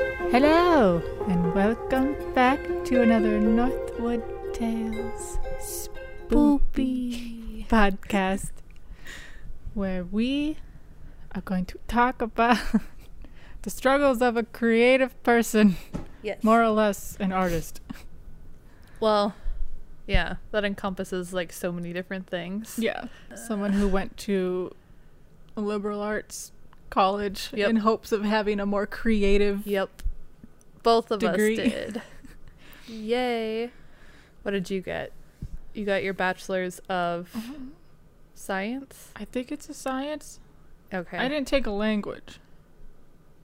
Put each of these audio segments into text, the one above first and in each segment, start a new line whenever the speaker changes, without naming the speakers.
Hello, and welcome back to another Northwood Tales
Boopy.
podcast where we are going to talk about the struggles of a creative person,
Yes.
more or less an artist.
Well, yeah, that encompasses like so many different things.
Yeah. Someone who went to a liberal arts college
Yep.
in hopes of having a more creative.
Yep. Both of
Degree.
us did. Yay. What did you get? You got your bachelor's of
Mm-hmm.
science?
I think it's a science.
Okay.
I didn't take a language,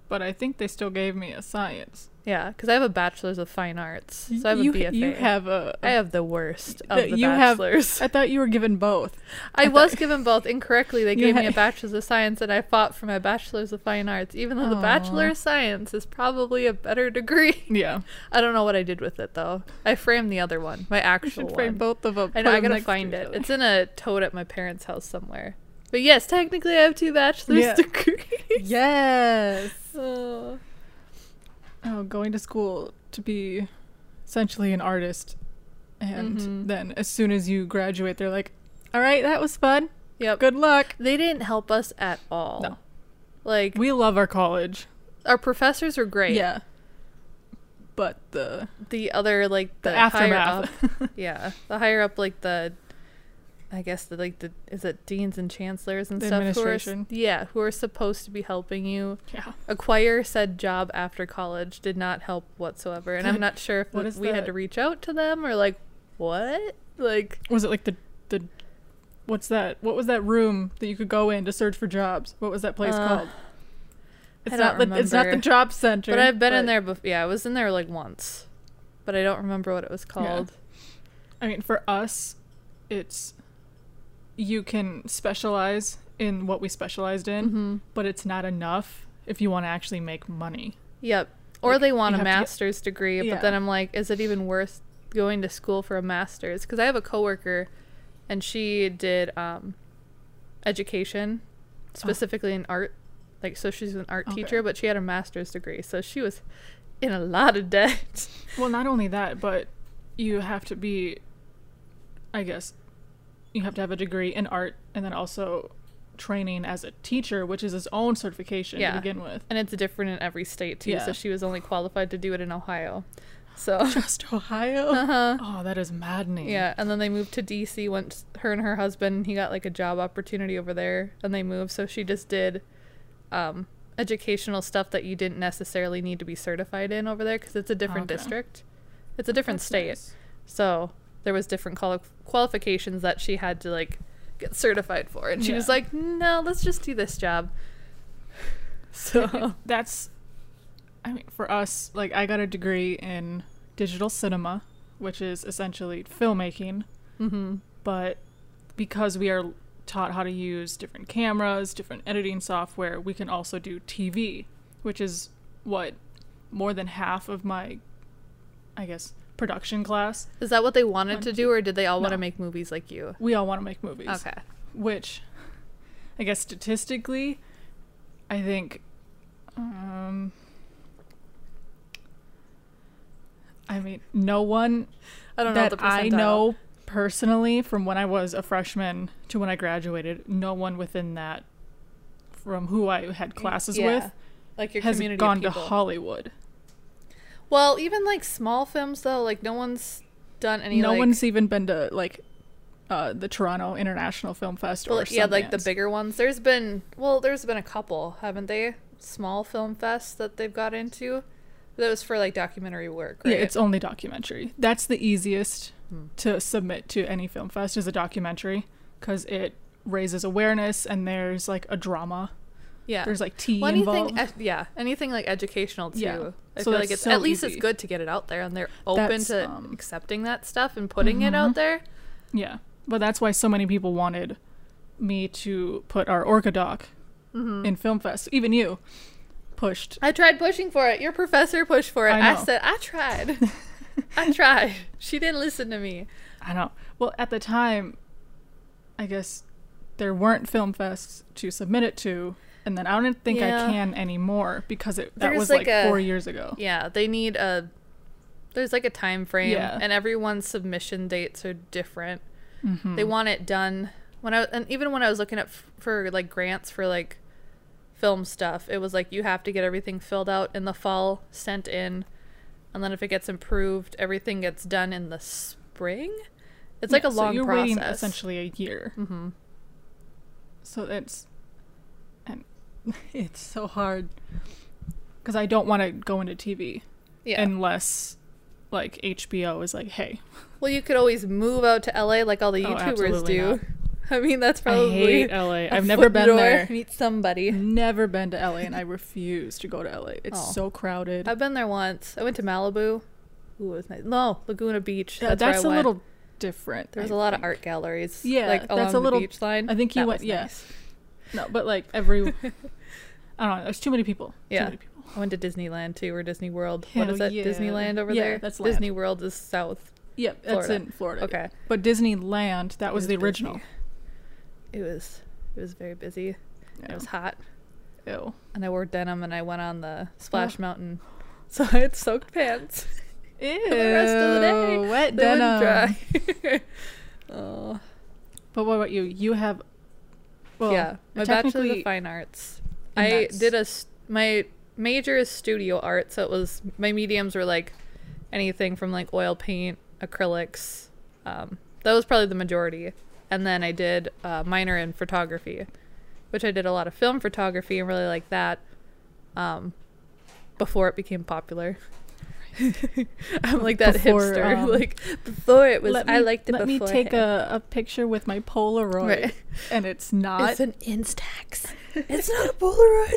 but I think they still gave me a science.
Yeah, because I have a bachelor's of fine arts. So I have
you,
a BFA.
You have a.
I have the worst of
That
the
you have-
bachelors.
I thought you were given both.
I was given both incorrectly. They
You
gave me
ha-
a bachelor's of science, and I fought for my bachelor's of fine arts, even though the
Aw.
bachelor of science is probably a better degree.
Yeah.
I don't know what I did with it though. I framed the other one, my
You
actual
should
one.
frame both of them.
I know I gotta find it. It's in a tote at my parents' house somewhere. But yes, technically I have two bachelor's
Yeah.
degrees.
yes.
Oh.
Oh, going to school to be essentially an artist, and
Mhm.
then as soon as you graduate, they're like, "All right, that was fun.
Yep.
Good luck."
They didn't help us at all.
No.
Like
We love our college.
our professors were great.
Yeah. But the
The other like
the,
the, higher up
aftermath.
yeah the higher up like the i guess the like the is it deans and chancellors and
The
stuff
administration.
who are yeah who are supposed to be helping you
yeah.
acquire said job after college did not help whatsoever and i'm not sure if
What
we-
is
we had
that?
to reach out to them or like what like
Was it like the the what's that? What was that room that you could go in to search for jobs? What was that place
Uh,
called? It's
I
not
don't
the it's not the
remember.
job center.
but i've been in there before yeah i was in there like once but i don't remember what it was called
I mean, for us, it's you can specialize in what we specialized in,
Mhm.
but it's not enough if you want to actually make money.
Yep. Or
Like,
they want
you
a
have to get-
master's degree,
Yeah.
but then I'm like, is it even worth going to school for a master's? Because I have a coworker, and she did um, education, specifically in art. Like, so she's an art
Oh. Okay.
teacher, but she had a master's degree, so she was in a lot of debt.
Well, not only that, but you have to be, I guess, you have to have a degree in art and then also training as a teacher, which is its own certification
Yeah.
to begin with.
and it's different in every state too.
Yeah.
So she was only qualified to do it in Ohio. So.
Just Ohio.
Uh-huh.
Oh, that is maddening.
Yeah, and then they moved to DC once her and her husband he got like a job opportunity over there and they moved so she just did um educational stuff that you didn't necessarily need to be certified in over there cuz it's a different
Okay.
district. It's a different
That's
state.
nice.
So there was different quali- qualifications that she had to like get certified for and she was
Yeah.
like, "No, let's just do this job." So,
that's i mean for us like i got a degree in digital cinema which is essentially filmmaking
mhm.
but because we are taught how to use different cameras different editing software we can also do tv which is what more than half of my i guess production class
Is that what they wanted
One,
to do or did they all want
No.
to make movies like you?
we all want to make movies
Okay.
which I guess statistically, I think um, I mean no one
I don't know what
that
the
I
percentile-
know personally from when I was a freshman to when I graduated, no one within that from who I had classes
Yeah.
with
like your
has
community of
gone to
people.
Hollywood.
Well, even like small films though, like no one's done any.
no
like,
one's even been to like uh, the Toronto International Film Fest
well,
or
yeah, like the
Sundance.
bigger ones. There's been well, there's been a couple, haven't they? Small film fests that they've got into. That was for like documentary work, right?
Yeah, it's only documentary. That's the easiest
Hmm.
to submit to any film fest is a documentary because it raises awareness and there's like a drama.
yeah.
There's like tea
well,
involved.
anything, eh, yeah, anything like educational too.
Yeah.
I
So
feel
that's
like it's
so
at least it's
easy.
good to get it out there, and they're open
That's,
to
um, mm-hmm.
accepting that stuff and putting it out there.
yeah, but that's why so many people wanted me to put our Orca doc
Mm-hmm.
in film fest. Even you pushed.
I tried pushing for it. Your professor pushed for it.
I
I,
know.
said I tried. I tried. She didn't listen to me.
I know. Well, at the time, I guess there weren't film fests to submit it to. and then I don't think
Yeah.
I can anymore because it that
There's
was
like
like,
a-
four years ago.
Yeah, they need a there's like a time frame
Yeah.
and everyone's submission dates are different.
Hmm. Mm-hmm.
They want it done when I and even when I was looking up f- for like grants for like film stuff, it was like you have to get everything filled out in the fall, sent in, and then if it gets improved, everything gets done in the spring. It's like
Yeah,
a long
so you're
process.
waiting essentially a year.
Mm-hmm.
So it's and it's so hard because I don't want to go into TV
Yeah.
unless like HBO is like, hey,
well, you could always move out to LA like all the
Oh,
YouTubers
absolutely
do.
not.
I mean, that's
I
probably
hate LA.
a
I've never
foot in
been
door,
there.
Meet somebody.
Never been to LA, and I refuse to go to LA. It's
Oh.
so crowded.
I've been there once. I went to Malibu. Ooh, it was nice. No, Laguna Beach.
Th-
That's,
that's a
where I went.
little different.
There was
I
a lot of
think.
art galleries.
Yeah,
like
that's
along
a
the
little-
beach line.
I think you
That
went-
was
yeah.
nice.
No, but like every, I don't know. There's too many people.
Yeah.
Too many people.
I went to Disneyland too, or Disney World. what
Hell
is that?
yeah.
Disneyland over
Yeah,
there.
that's land.
Disney World is south.
Yeah, that's
Florida.
in Florida.
Okay,
But Disneyland, that was
It
the
busy.
original.
It was. It was very busy. It
Yeah.
was hot,
Ew.
and I wore denim, and I went on the Splash
Oh.
Mountain, so I had soaked pants.
Ew.
the rest of the day,
Wet
They
denim.
wouldn't dry. oh,
But what about you? You have. Well,
yeah, my bachelor's of
technically,
fine arts.
And
I
that's-
did a s- my major is studio art, so it was my mediums were like anything from like oil paint, acrylics. Um, that was probably the majority, and then I did uh, minor in photography, which I did a lot of film photography and really like that. Um, before it became popular. I'm like that
Before,
hipster.
um,
like before it was,
let
I
me-
liked it.
Let me
before
take a, a picture with my Polaroid,
Right.
and it's not.
It's an Instax. it's not a Polaroid.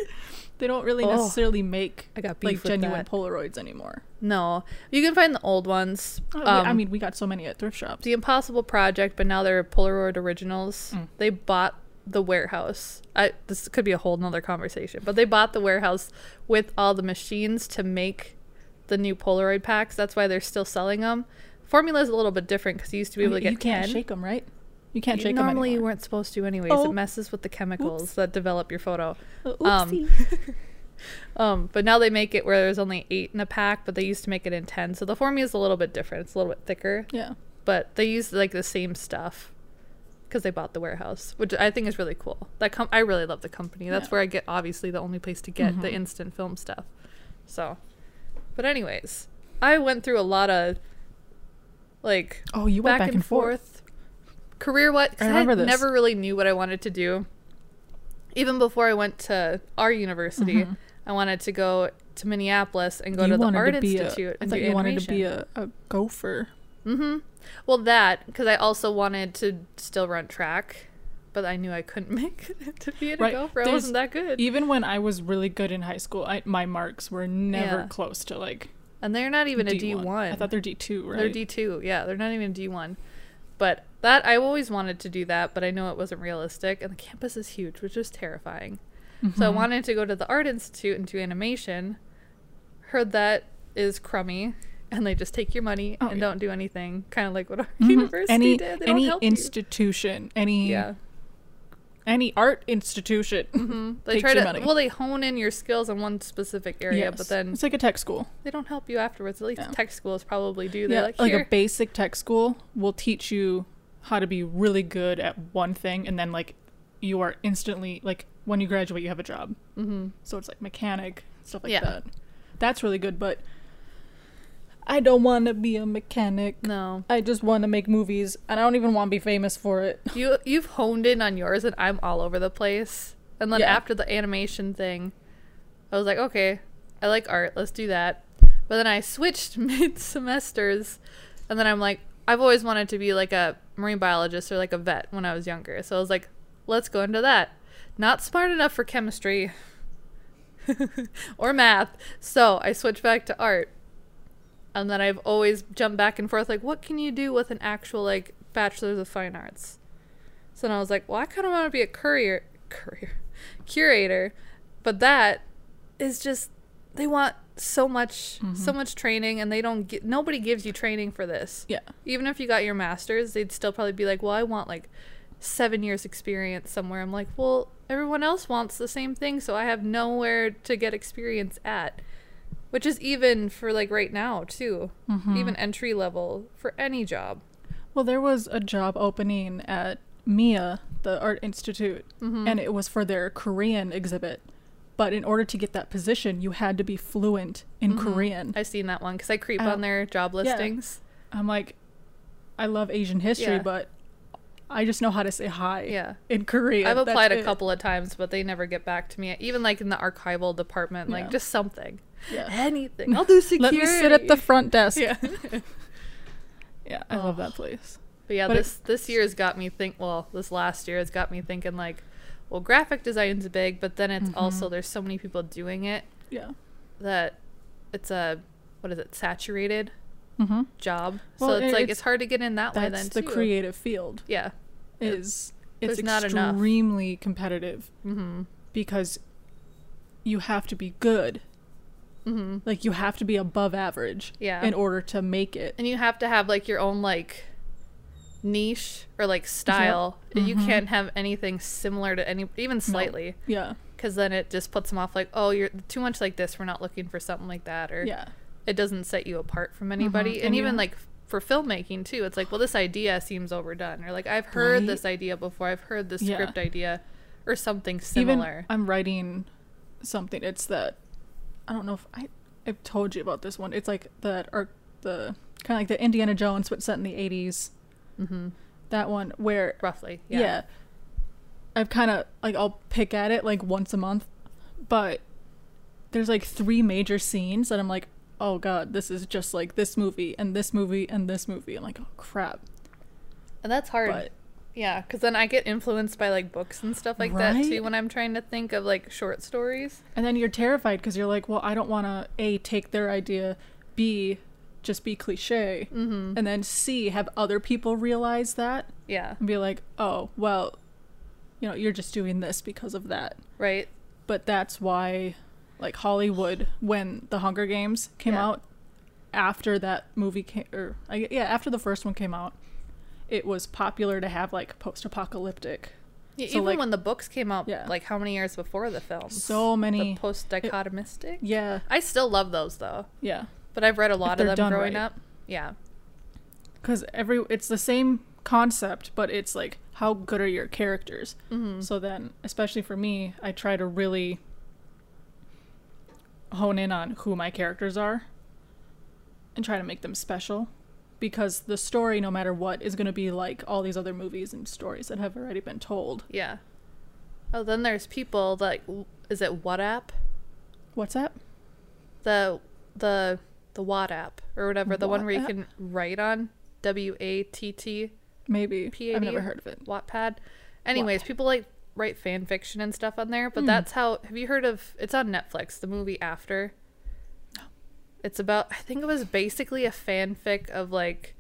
they don't really
Oh.
necessarily make
I got beef
like
with
genuine
that.
Polaroids anymore.
No, you can find the old ones.
Oh, we-
Um,
I mean, we got so many at thrift shops.
the Impossible Project, but now they're Polaroid originals.
Mm.
They bought the warehouse. I, this could be a whole nother conversation, but they bought the warehouse with all the machines to make the new Polaroid packs. That's why they're still selling them. Formula is a little bit different because you used to be
I
able
mean,
to get
you can't
10.
shake them, right? You can't
You-
shake them
Normally, you
anymore.
weren't supposed to, anyways.
Oh.
It messes with the chemicals
Oops.
that develop your photo.
Oh,
um,
oopsie.
Um, but now they make it where there's only eight in a pack, but they used to make it in 10. So the formula is a little bit different. It's a little bit thicker,
yeah.
but they use like the same stuff because they bought the warehouse, which I think is really cool. That com- I really love the company. That's
Yeah.
where I get obviously the only place to get the
Mhm.
instant film stuff. So, but anyways, I went through a lot of like
Oh, you went back, and forth.
Career what? 'cause
I
I,
remember this.
never really knew what I wanted to do. Even before I went to our university,
Mhm.
I wanted to go to Minneapolis and go
you
to the
wanted
Art
to be
Institute
A, I
and
thought
do
you wanted to be a, a gopher.
hmm Well, that because I also wanted to still run track, but I knew I couldn't make it to be a
Right.
gopher. I
There's-
wasn't that good,
Even when I was really good in high school, I, my marks were never
Yeah.
close to like
and they're not even a D
D1.
one.
I thought they're D2, right?
They're D two, yeah. They're not even D one. But that I always wanted to do that, but I know it wasn't realistic. And the campus is huge, which is terrifying. So I
Mhm.
wanted to go to the art institute and do animation. Heard that is crummy, and they just take your money
Oh,
and
yeah.
don't do anything. Kind of like what our
Mhm.
Mm-hmm. university
any,
did. They
Any
don't help
institution, any
you. Yeah.
any art institution.
hmm They
Takes
try to
your money.
well, they hone in your skills in one specific area,
Yes.
but then
it's like a tech school.
they don't help you afterwards. At least
Yeah.
tech schools probably do. They're
Yeah,
like,
like
Here.
a basic tech school will teach you how to be really good at one thing, and then like you are instantly like when you graduate, you have a job.
Mhm.
So it's like mechanic stuff like
Yeah.
that. That's really good, but I don't want to be a mechanic.
No,
I just want to make movies, and I don't even want to be famous for it.
you you've honed in on yours, and I'm all over the place. And then
Yeah.
after the animation thing, I was like, okay, I like art. Let's do that. But then I switched mid semesters, and then I'm like, I've always wanted to be like a marine biologist or like a vet when I was younger. So I was like, let's go into that. Not smart enough for chemistry or math, so I switched back to art. And then I've always jumped back and forth, like, what can you do with an actual like bachelor's of fine arts? So then I was like, well, I kind of want to be a courier, courier, curator, but that is just they want so much, so much training, and they don't get nobody gives you training for this.
Yeah,
Even if you got your master's, they'd still probably be like, well, I want like seven years experience somewhere. I'm like, well, everyone else wants the same thing, so I have nowhere to get experience at. Which is even for like right now too,
Mm-hmm.
even entry level for any job.
Well, there was a job opening at MIA, the Art Institute,
Mm-hmm.
and it was for their Korean exhibit. But in order to get that position, you had to be fluent in Korean.
I've seen that one because Mm-hmm. I creep
Oh.
on their job listings.
I'm like, I love Asian history,
Yeah.
but I just know how to say hi
Yeah.
in Korean.
I've
That's
applied a
it.
couple of times, but they never get back to me. Even like in the archival department, like
Yeah.
just something,
Yeah.
anything. I'll do
Let
security.
me sit at the front desk.
yeah.
Yeah, I love that place.
But yeah,
But it-
this this year has got me think. Well, this last year has got me thinking like, well, graphic design's big, but then
Mm-hmm.
it's also there's so many people doing it
Yeah.
that it's a what is it saturated
Mm-hmm.
job.
Well,
so it's
it-
like it's,
it's-
hard to get in that way. Then
That's the
too.
creative field.
Yeah.
Is it's
There's not enough.
extremely competitive
Mm-hmm.
because you have to be good.
Mm-hmm.
Like you have to be above average
Yeah.
in order to make it.
and you have to have like your own like niche or like style. You
Mm-hmm.
can't have anything similar to any even slightly
Yeah.
because then it just puts them off like, oh, you're too much like this. We're not looking for something like that or
Yeah.
it doesn't set you apart from anybody. And,
Mm-hmm. And
even
you-
like for filmmaking too, it's like, well, this idea seems overdone or like I've heard
Right.
this idea before. I've heard this
Yeah.
script idea or something
Even
similar.
I'm writing something. It's that I don't know if I I've told you about this one. It's like that or the kind of like the Indiana Jones but set in the 80s.
hmm
That one where
Roughly.
yeah.
Yeah.
I've kind of like I'll pick at it like once a month, but there's like three major scenes that I'm like, "Oh god, this is just like this movie and this movie and this movie." I'm like, "Oh crap."
And that's hard.
But
Yeah, because then I get influenced by like books and stuff like that
Right?
too when I'm trying to think of like short stories.
And then you're terrified because you're like, well, I don't want to a take their idea, b just be cliche,
Mm-hmm.
and then c have other people realize that
Yeah,
and be like, oh, well, you know, you're just doing this because of that.
right.
But that's why, like Hollywood, when The Hunger Games came
Yeah.
out, after that movie came, or I gue- yeah, after the first one came out, it was popular to have like post-apocalyptic.
Yeah,
So,
E-, Even
like-
when the books came out,
Yeah.
like how many years before the film?
So many,
the post dichotomistic.
yeah,
I still love those though,
yeah.
but I've read a lot
they're
of them
done
growing
right.
up. Yeah,
because every it's the same concept but it's like how good are your characters
Mm-hmm.
so then especially for me i try to really hone in on who my characters are and try to make them special because the story no matter what is going to be like all these other movies and stories that have already been told
yeah. Oh, then there's people like, w- is it what app?
what's that
The the the Watt app or whatever the one where you
Watt
can write on W A T T
maybe
PAD?
i've never heard of it
Wattpad. Anyways, people like write fan fiction and stuff on there, but that's how. Have you heard of? It's on Netflix. The movie After. It's about. I think it was basically a fanfic of like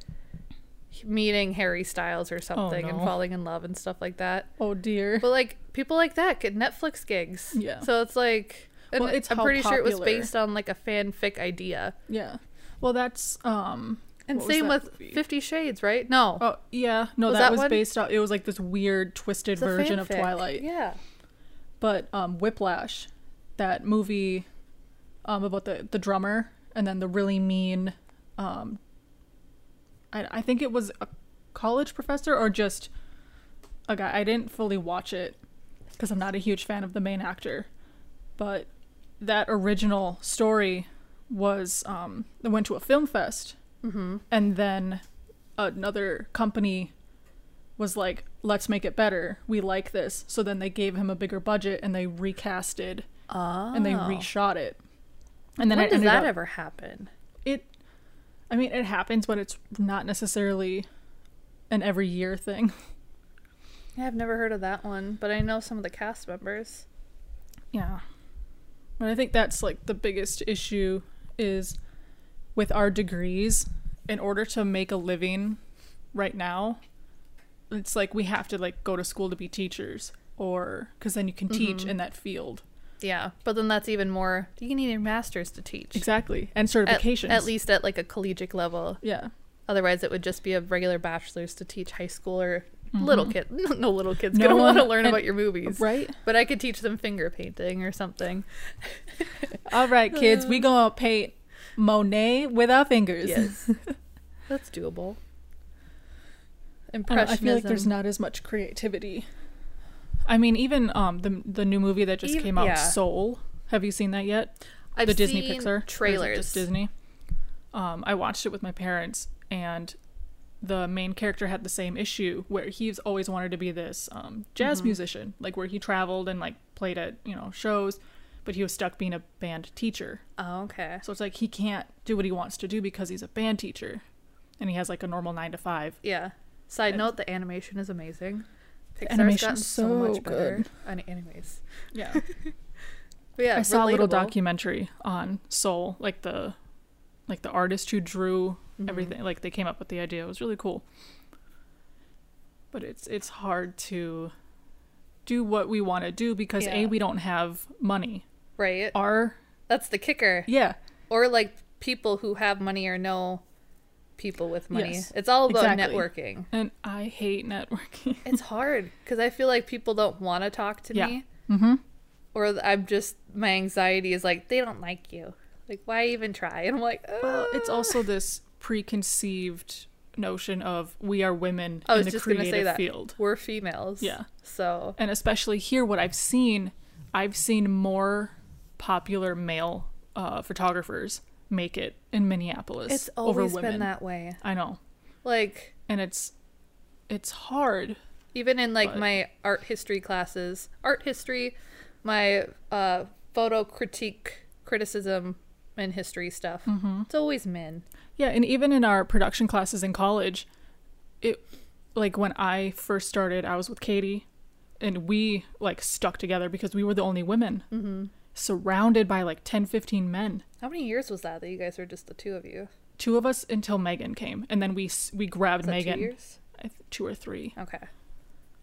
meeting Harry Styles or something and
no.
falling in love and stuff like that.
oh dear
But like people like that get Netflix gigs.
Yeah.
So it's like. And
Well, it's
I'm
how
pretty sure it was
popular-
based on like a fanfic idea.
yeah well that's um
And
what was
same
that
with
movie?
Fifty Shades, right? No.
Oh yeah, no,
Was
that,
that
was
one?
based off. It was like this weird, twisted
It's a
version of
fanfic.
Twilight.
Yeah.
But um, Whiplash, that movie um, about the the drummer and then the really mean, um, I, I think it was a college professor or just a guy. I didn't fully watch it because I'm not a huge fan of the main actor, but that original story was um, they went to a film fest
Mm-hmm.
and then another company was like let's make it better we like this so then they gave him a bigger budget and they recasted
Oh.
and they reshot it and then
when
it
does
ended up,
that ever happen?
it i mean it happens but it's not necessarily an every year thing
Yeah, I've never heard of that one, but I know some of the cast members.
yeah but i think that's like the biggest issue is with our degrees in order to make a living right now it's like we have to like go to school to be teachers or because then you can teach
Mm-hmm.
in that field
Yeah, but then that's even more. You need your master's to teach.
exactly and
At,
certifications
at least at like a collegiate level.
yeah
Otherwise, it would just be a regular bachelor's to teach high school or Little kid, no little kid's
Mm-hmm. No
gonna want to
one-
learn
and-
about your movies,
Mm-hmm. Right?
But I could teach them finger painting or something.
All right,
Uh,
kids, we gonna paint Monet with our fingers.
Yes, that's doable.
I, don't know, I
Impressionism.
feel like there's not as much creativity. I mean, even um the the new movie that just
Ev-
came out,
yeah.
Soul. Have you seen that yet?
I've
the Disney
seen
Pixar or is it
trailers.
just Disney. Um, I watched it with my parents, and the main character had the same issue where he's always wanted to be this um, jazz
Mm-hmm.
musician, like where he traveled and like played at you know shows, but he was stuck being a band teacher.
Oh, okay.
So it's like he can't do what he wants to do because he's a band teacher, and he has like a normal nine to five.
Yeah. Side
And-
note: the animation is amazing. Pixar's
animation's
gotten so,
so
much better.
good.
An- anyways,
Yeah,
but yeah,
I saw a little
relatable.
documentary on Soul, like the like the artist who drew
Mhm.
everything. Like they came up with the idea. It was really cool. But it's it's hard to do what we want to do because
Yeah.
a we don't have money.
Right.
Our
That's the kicker.
yeah
Or like people who have money or know people with money.
Yes,
It's all about
exactly.
networking.
and I hate networking.
It's hard because I feel like people don't want to talk to
Yeah.
me,
Mm-hmm.
or th- I'm just my anxiety is like they don't like you. Like why even try? And I'm like,
Well,
oh,
it's also this preconceived notion of we are women
I
in
was
the
just gonna
creative
say that
field.
we're females.
Yeah.
So
and especially here what i've seen i've seen more popular male uh, photographers make it in minneapolis
it's always
over women
been that way.
i know
Like
and it's it's hard
even in like
But-
my art history classes art history my uh photo critique criticism and history stuff
Mm-hmm.
it's always men
yeah and even in our production classes in college it like when i first started i was with katie and we like stuck together because we were the only women
Mm-hmm.
surrounded by like 10 15 men
how many years was that that you guys were just the two of you
two of us until megan came and then we s- we grabbed
was that two
megan
years
I th- two or three
okay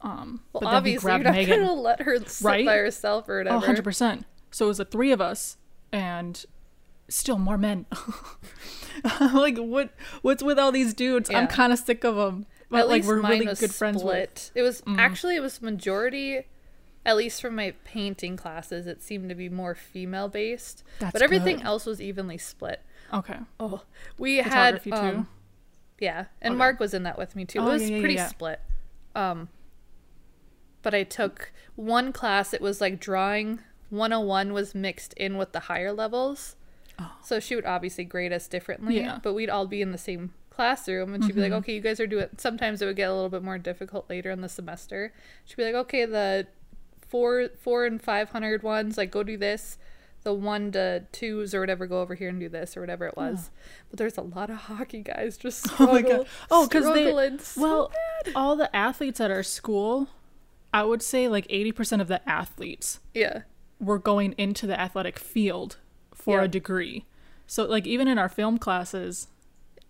Um,
well
but then we
obviously you're
grabbed
not
Megan.
gonna let her sit
Right?
by herself or
Oh,
whatever
100%. So it was the three of us and still more men. I'm like, what? what's with all these dudes? I'm
Yeah.
kind of sick of them. But
at
like,
least
we're
mine
really
was
good friends with. Mm.
split it was actually it was majority at least from my painting classes it seemed to be more female based
That's
but everything
good.
else was evenly split
Okay.
Oh, we had
Photography
um, yeah, and
Okay.
Mark was in that with me too.
Oh,
it was
yeah, yeah,
pretty
yeah.
split. Um, but I took one class. It was like drawing 101 was mixed in with the higher levels,
Oh.
so she would obviously grade us differently.
Yeah. Mm-hmm.
But we'd all be in the same classroom, and she'd be like, "Okay, you guys are doing." Sometimes it would get a little bit more difficult later in the semester. She'd be like, "Okay, the four four and five hundred ones like go do this the one to twos or whatever go over here and do this or whatever it was but there's a lot of hockey guys just
Oh
struggle,
my god. Oh, because they.
struggling so
well, all the athletes at our school, I would say like 80% of the athletes
yeah
we're going into the athletic field for
Yeah.
a degree. So like even in our film classes,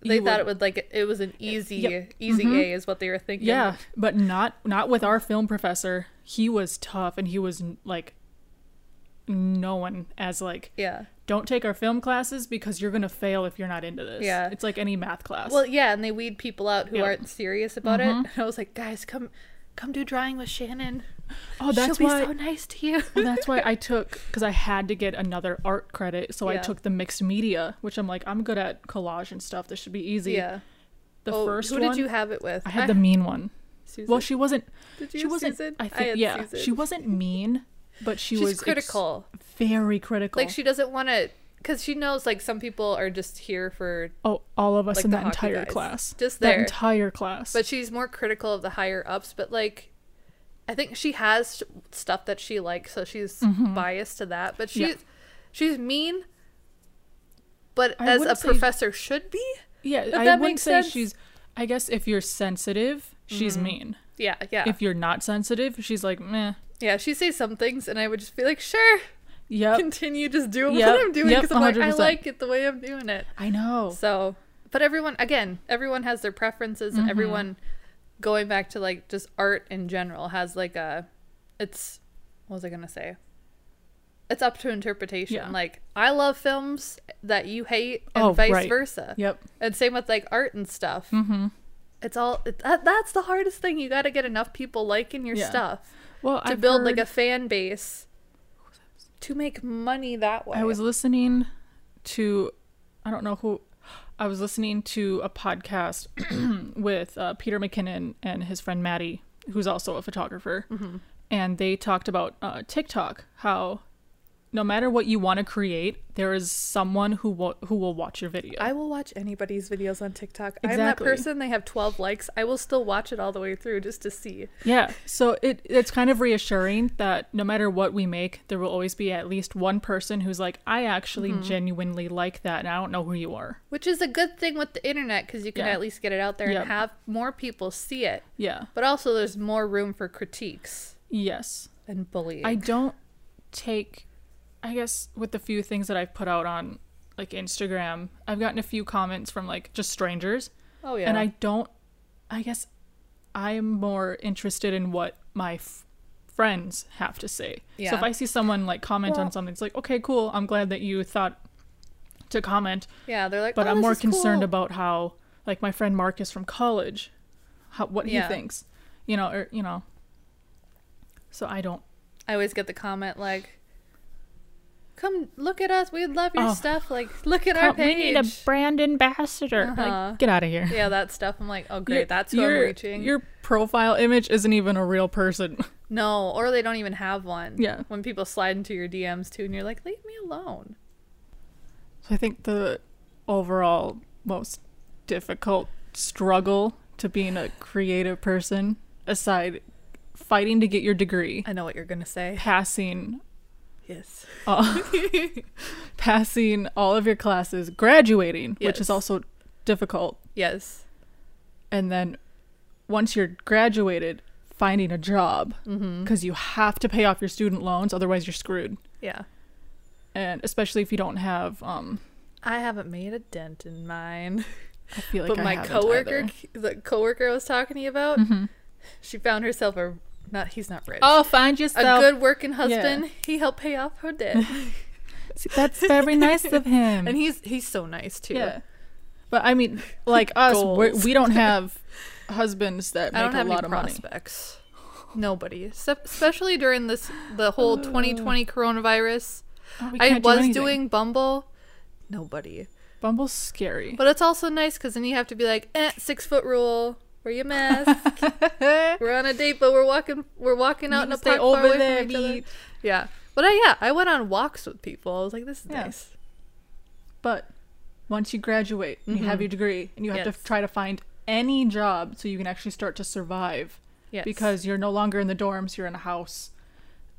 they
you
thought
would-
it would like it was an easy
Yep. Mm-hmm.
easy a is what they were thinking
Yeah, but not not with our film professor. He was tough and he was like known as like
yeah
don't take our film classes because you're going to fail if you're not into this.
Yeah.
It's like any math class.
well yeah and they weed people out who
Yep.
aren't serious about it
Mm-hmm.
and i was like guys come come do drawing with shannon
oh, that's
she'll
why
be so nice to you
well, that's why I took cuz I had to get another art credit, so I
Yeah.
took the mixed media, which I'm like I'm good at collage and stuff. This should be easy.
yeah
The
oh,
first
who
one
did you have it with Ah,
I had the mean one.
susan
Well, she wasn't
did you
she
have
wasn't
susan?
I think
had
yeah,
Susan.
she wasn't mean, but she
she's
was ex-
critical
very critical.
Like she doesn't want to, because she knows like some people are just here for,
Oh, all of us
Like
in
the
that
hockey
entire
guys.
class.
Just
that
there.
entire class.
but she's more critical of the higher ups. But like, I think she has stuff that she likes, so she's biased to that. But she's
Mm-hmm. Yeah.
she's mean, but
I
as a
wouldn't say-
professor should be.
yeah,
if
I
that
wouldn't
makes
say
sense. Mm-hmm.
she's. I guess if you're sensitive, she's mean.
Yeah, yeah,
If you're not sensitive, she's like meh.
yeah. She says some things, and I would just be like, sure,
Yep.
continue, just do
Yep,
what I'm doing,
yep,
because I'm like, I
100%.
like it the way I'm doing it.
I know.
So, but everyone, again, everyone has their preferences,
Mm-hmm.
and everyone, going back to like just art in general, has like a, it's, what was I gonna say? It's up to interpretation.
Yeah.
Like I love films that you hate, and
Oh,
vice
right.
versa.
Yep.
And same with like art and stuff.
Mm-hmm.
It's all it, that, that's the hardest thing. You got to get enough people liking your
Yeah.
stuff
Well,
to
I've
build
heard-
like a fan base to make money that way.
I was listening to, I don't know who, I was listening to a podcast with uh, Peter McKinnon and his friend Maddie, who's also a photographer. And they talked about uh, TikTok, how no matter what you want to create, there is someone who, wa- who will watch your video.
I will watch anybody's videos on TikTok. I'm that
Exactly.
person. They have 12 likes. I will still watch it all the way through just to see.
Yeah, so it it's kind of reassuring that no matter what we make, there will always be at least one person who's like, I actually genuinely like that, and I don't know who you are.
Which is a good thing with the internet because you can
Yeah.
at least get it out there
Yep.
and have more people see it.
Yeah.
But also, there's more room for critiques
Yes.
and bullying.
I don't take, I guess, with the few things that I've put out on like Instagram, I've gotten a few comments from like just strangers,
oh yeah,
and I don't. I guess I'm more interested in what my f- friends have to say. So if
Yeah.
I see someone like comment
Well-
on something, it's like, okay, cool. I'm glad that you thought to comment,
yeah they're like.
but
"Oh,
I'm
this
more
is
concerned
cool."
about how like my friend Marcus from college, how what
Yeah.
he thinks, you know, or you know. So I don't.
I always get the comment like, "Come look at us. We love your
Oh.
stuff. Like, look at our
Come-
page."
We need a brand ambassador.
Uh-huh.
Like, get out of here.
yeah, that stuff. I'm like, oh great,
Your-
that's who
your,
I'm reaching.
Your profile image isn't even a real person.
No, or they don't even have one.
Yeah.
When people slide into your DMs too, and you're like, leave me alone.
So I think the overall most difficult struggle to being a creative person, aside fighting to get your degree,
I know what you're gonna say.
passing,
Yes.
all, passing all of your classes, graduating, which
Yes.
is also difficult,
Yes.
and then once you're graduated finding a job because
Mm-hmm.
you have to pay off your student loans otherwise you're screwed
Yeah.
and especially if you don't have um
I haven't made a dent in mine.
i feel like
but
I
my
haven't
coworker,
either.
the coworker I was talking to you about, she found herself a not. He's not rich.
oh find
a
yourself
good working husband. He helped pay off her debt,
that's very nice of him
and he's he's so nice too.
yeah but i mean like us we're,
Goals.
we don't have husbands that
I
make
don't
a
have
lot
any
of money
prospects. Nobody, Se- especially during this the whole 2020 coronavirus.
Oh, we
I
can't do
was
anything.
doing Bumble. Nobody.
bumble's scary
But it's also nice because then you have to be like, eh, six foot rule. Wear your mask. we're on a date, but we're walking. We're walking out in a
Stay
park
over
far away
there,
from each other.
beat.
Yeah, but I, yeah, I went on walks with people. I was like, this is
Yeah.
nice.
But once you graduate, and you have your degree, and you have
Mm-hmm. Yes.
to try to find any job so you can actually start to survive
Yes.
because you're no longer in the dorms, you're in a house.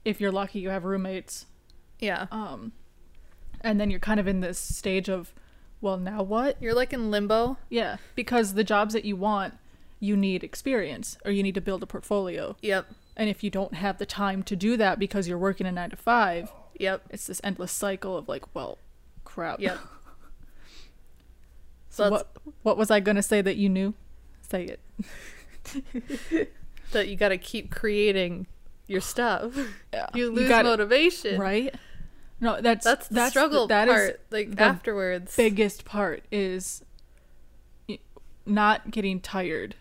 If you're lucky, you have roommates.
yeah,
Um, and then you're kind of in this stage of, well, now what?
you're like in limbo.
Yeah, because the jobs that you want, you need experience or you need to build a portfolio.
Yep,
And if you don't have the time to do that because you're working a nine to five,
yep,
it's this endless cycle of like, well, crap.
yep.
So
so that's,
what, what was I going to say that you knew? Say it.
that you got to keep creating your stuff.
Yeah.
You lose
got it,
motivation.
right? No, that's
That's the struggle
That is
part. like
the
afterwards.
biggest part is y- not getting tired.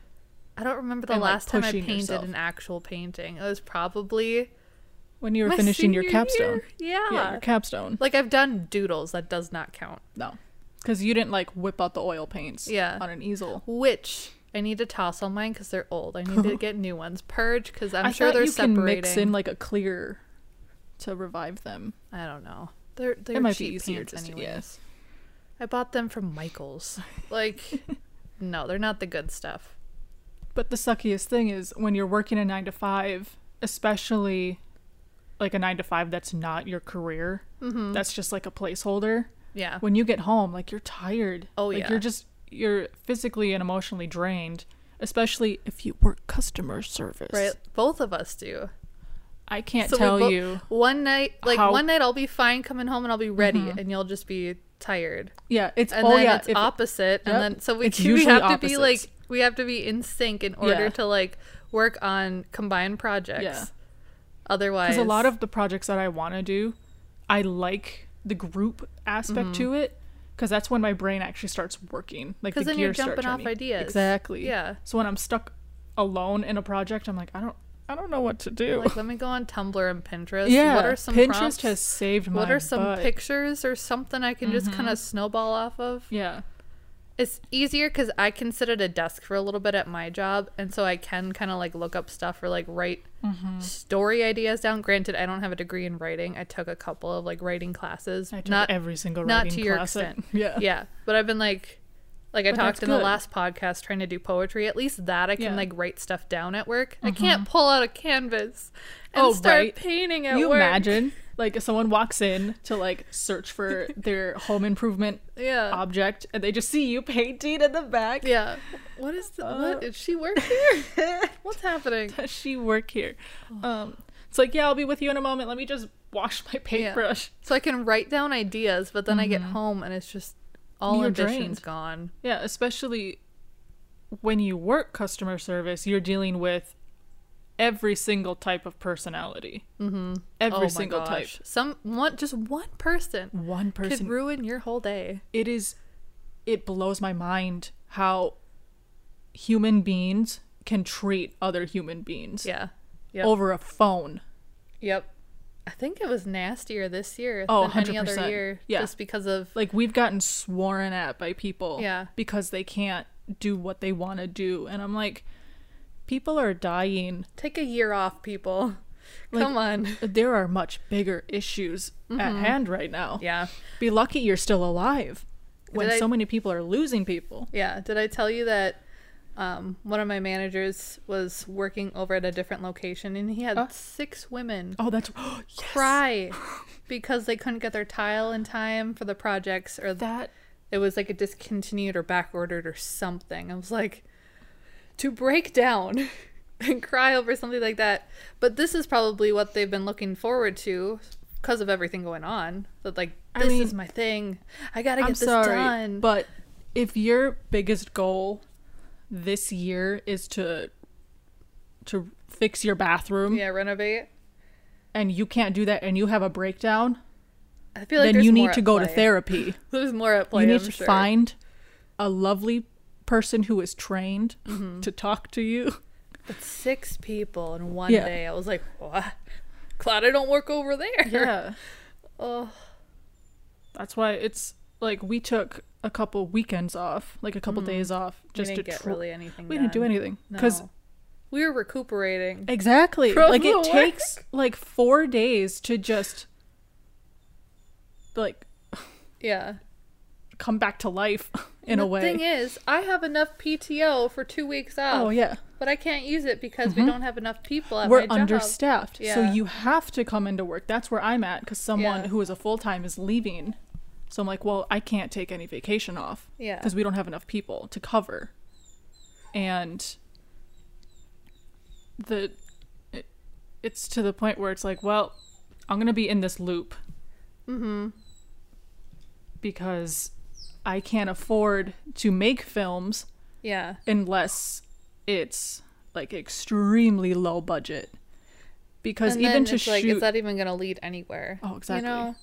I don't remember the
and, like,
last time I
pushing
painted
yourself.
an actual painting. It was probably
When you were
my
finishing your
senior
capstone.
year. Ah. Yeah.
Yeah, your capstone.
like I've done doodles. That does not count.
No. Because you didn't like whip out the oil paints
Yeah.
on an easel.
Which I need to toss all mine because they're old. I need to get new ones. Purge because I'm
I
sure
thought
they're
you
separating.
can mix in like a clear to revive them.
I don't know. They're they're
might be
cheap
easier
pants
just to-
anyways.
yeah.
I bought them from Michaels. Like, no, they're not the good stuff.
But the suckiest thing is when you're working a nine to five, especially like a nine to five that's not your career,
Mm.
that's just like a placeholder.
Mm-hmm. Yeah.
when you get home, like you're tired.
Oh,
like,
yeah.
You're just you're physically and emotionally drained, especially if you work customer service.
Right. Both of us do.
I can't
So we
tell
bo-
you.
One night, like
How- Mm-hmm.
one night, I'll be fine coming home and I'll be ready, and you'll just be tired.
Yeah, it's
and
oh
then
yeah,
it's
if-
opposite
yep,
and then so we,
it's
we
usually
have to be like
opposites.
we have to be in sync in order
Yeah.
to like work on combined projects
Yeah.
otherwise
because a
Mm-hmm.
lot of the projects that I want to do, I like the group aspect to it, because that's when my brain actually starts working. Like
Because
the
then you're
gears start
jumping off
turning.
ideas.
Exactly.
Yeah.
So when I'm stuck alone in a project, I'm like, I don't, I don't know what to do.
Like, let me go on Tumblr and Pinterest.
yeah.
What are some
Pinterest
prompts?
has saved my.
what are some
butt. Mm-hmm.
pictures or something I can just kind of snowball off of?
Yeah.
It's easier because I can sit at a desk for a little bit at my job, and so I can kind of like look up stuff or like write
Mm-hmm.
story ideas down. Granted, I don't have a degree in writing. I took a couple of like writing classes,
I took
not
every single
not
writing
to your
class I-
extent.
Yeah.
yeah, but I've been like, like I
But
talked
that's
in the
good.
last podcast, trying to do poetry. At least that I can
Yeah. Mm-hmm.
like write stuff down at work. I can't pull out a canvas and
Oh,
start
right.
painting at
Can you
work.
imagine? Like if someone walks in to like search for their home improvement
Yeah.
object, and they just see you painting in the back.
Yeah. What is the,
Uh,
what is she working here? What's happening?
Does she work here? Um, it's like yeah, I'll be with you in a moment. Let me just wash my paintbrush.
So I can write down ideas, but then I get home and it's just all
Mm-hmm. You're
ambition's
drained.
gone.
Yeah, especially when you work customer service, you're dealing with every single type of personality. Mm-hmm.
Oh
Every
my
single
gosh. Some one just one person,
type. One person.
could ruin your whole day.
it is. It blows my mind how human beings can treat other human beings
Yeah. Yep.
over a phone.
Yep. I think it was nastier this year
Oh,
than any other
100%.
year.
Yeah.
Just because of
Like we've gotten sworn at by people.
Yeah.
Because they can't do what they want to do, and I'm like, people are dying.
take a year off, people.
Like-
Come on.
There are much bigger issues at hand right now.
Mm-hmm. Yeah.
Be lucky you're still alive when
Did I-
so many people are losing people.
Yeah. Did I tell you that um, one of my managers was working over at a different location and he had
Uh.
six women
Oh, that's yes.
cry because they couldn't get their tile in time for the projects or that
That
it was like a discontinued or back ordered or something. I was like, to break down and cry over something like that. But this is probably what they've been looking forward to because of everything going on. That like
I
this
mean,
is my thing. I gotta get
I'm
this
sorry,
done.
but if your biggest goal this year is to to fix your bathroom
yeah, renovate.
and you can't do that and you have a breakdown,
I feel like
then
there's
you
more
need to
at
go to
play.
therapy.
There's more at play.
you need
I'm
to
sure.
find a lovely person who is trained
Mm-hmm.
to talk to you.
But six people in one
Yeah.
day. I was like, what? Glad I don't work over there.
Yeah.
Oh,
That's why it's like we took a couple weekends off, like a couple days off,
Mm-hmm. we
just
didn't
to
get
tr-
really anything.
we didn't do
done.
anything because
No. we were recuperating.
exactly
From
like
the
it
work.
takes like four days to just like
Yeah.
come back to life in
the
a way.
thing is, I have enough PTO for two weeks off,
oh yeah,
but I can't use it because we don't have enough people at
we're
my job.
understaffed,
Yeah.
so you have to come into work. That's where I'm at because someone
Yeah.
who is a full time is leaving, so I'm like, well, I can't take any vacation off.
yeah.
because we don't have enough people to cover and the it, it's to the point where it's like well i'm gonna be in this loop mm-hmm. because i can't afford to make films
yeah.
unless it's like extremely low budget because
And
even
then
to
it's
shoot
like, is that even going to lead anywhere?
Oh, exactly.
You know?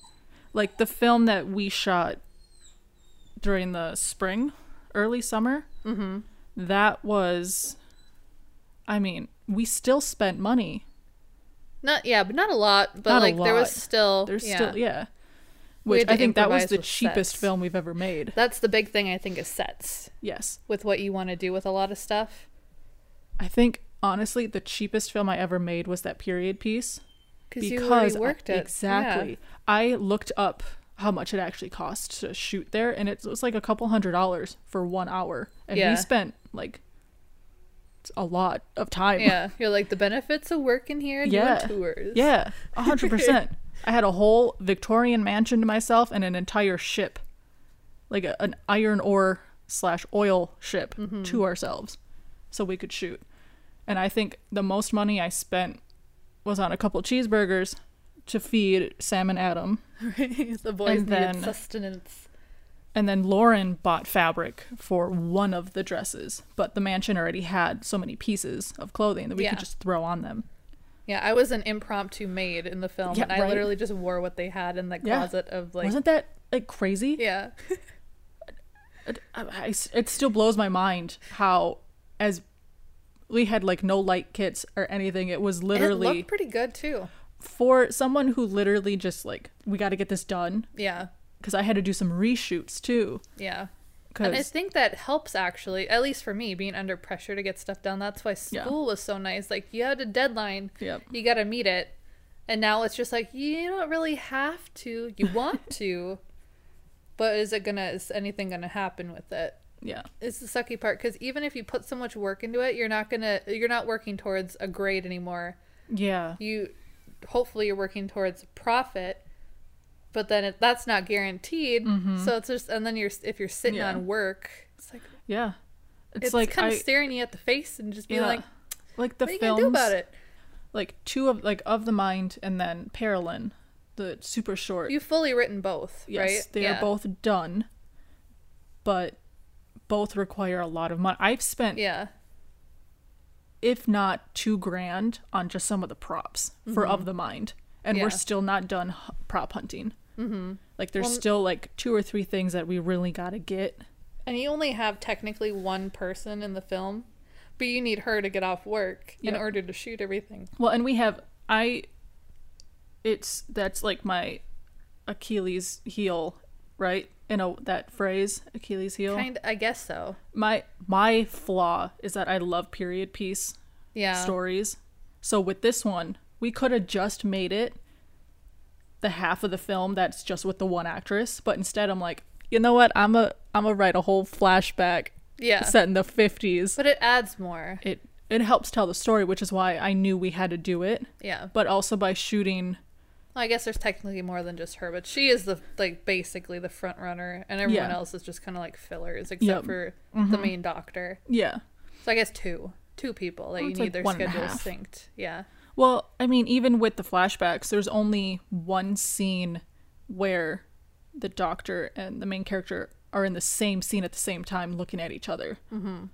like the film that we shot during the spring, early summer, mm-hmm. that was, I mean, we still spent money.
Not yeah, but not a lot. But
Not a
like there was
lot.
still
There's
yeah.
still, yeah.
We
Which
had to
I think that was
improvise
the
with
cheapest
sets.
film we've ever made.
That's the big thing I think is sets
Yes.
with what you want to do with a lot of stuff.
I think, honestly, the cheapest film I ever made was that period piece.
Because you already
I-
worked it. Yeah.
uh, exactly. I looked up how much it actually cost to shoot there, and it was like a couple hundred dollars for one hour, and
Yeah.
we spent like a lot of time.
Yeah. You're like the benefits of working here and
Yeah.
doing tours.
yeah, a hundred percent. I had a whole Victorian mansion to myself and an entire ship, like a, an iron ore slash oil ship
Mm-hmm.
to ourselves, so we could shoot. And I think the most money I spent was on a couple cheeseburgers to feed Sam and Adam.
the boys
And
needed
then-
sustenance.
And then Lauren bought fabric for one of the dresses, but the mansion already had so many pieces of clothing that we
Yeah.
could just throw on them.
Yeah, I was an impromptu maid in the film,
Yeah,
and I
right.
literally just wore what they had in the
Yeah.
closet of like.
Wasn't that like crazy?
yeah,
It, I- I- it still blows my mind how, as we had like no light kits or anything, it was
It
literally
looked pretty good too.
for someone who literally just like we got to get this done
Yeah.
because I had to do some reshoots too.
Yeah. And I
Because
think that helps actually, at least for me, being under pressure to get stuff done. That's why
Yeah.
school was so nice. Like you had a deadline,
Yep.
you got to meet it, and now it's just like you don't really have to. You want to, but is it gonna? Is anything gonna happen with it?
yeah,
It's the sucky part because even if you put so much work into it, you're not gonna. You're not working towards a grade anymore.
yeah,
You, hopefully, you're working towards profit. But then it, that's not guaranteed. So it's just, and then you're if you're sitting
Mm-hmm. Yeah.
on work, it's like
yeah. It's,
it's,
like
kind
I,
of staring you at the face and just being
yeah.
like,
like,
"What
the
are you
films
gonna do about it?"
like two of like of the mind and then Parolin, the super short.
You've fully written both,
yes,
right?
they
yeah.
are both done, but both require a lot of money. I've spent
Yeah,
if not two grand on just some of the props for of the mind and
Mm-hmm. Yeah.
we're still not done h- prop hunting mm-hmm. like there's still like two or three things that we really got to get
and you only have technically one person in the film, but you need her to get off work in
Yeah.
order to shoot everything.
well and we have i it's that's like my achilles heel right you know that phrase achilles heel
Kind, I guess so.
my my flaw is that i love period piece
Yeah,
stories. So with this one, we could have just made it the half of the film that's just with the one actress, but instead I'm like, you know what? I'm a I'm a write a whole flashback
yeah,
set in the 50s.
but it adds more.
It it helps tell the story, which is why I knew we had to do it,
Yeah,
but also by shooting
well, I guess there's technically more than just her, but she is the like basically the front runner, and everyone
Yeah.
else is just kind of like fillers, except
Yep.
for the main doctor.
yeah.
So I guess two, two people
Well,
that you
Oh, it's
need
like
their
one and a
schedules
half.
synced. Yeah.
Well, I mean, even with the flashbacks, there's only one scene where the doctor and the main character are in the same scene at the same time looking at each other. Mm-hmm. Um,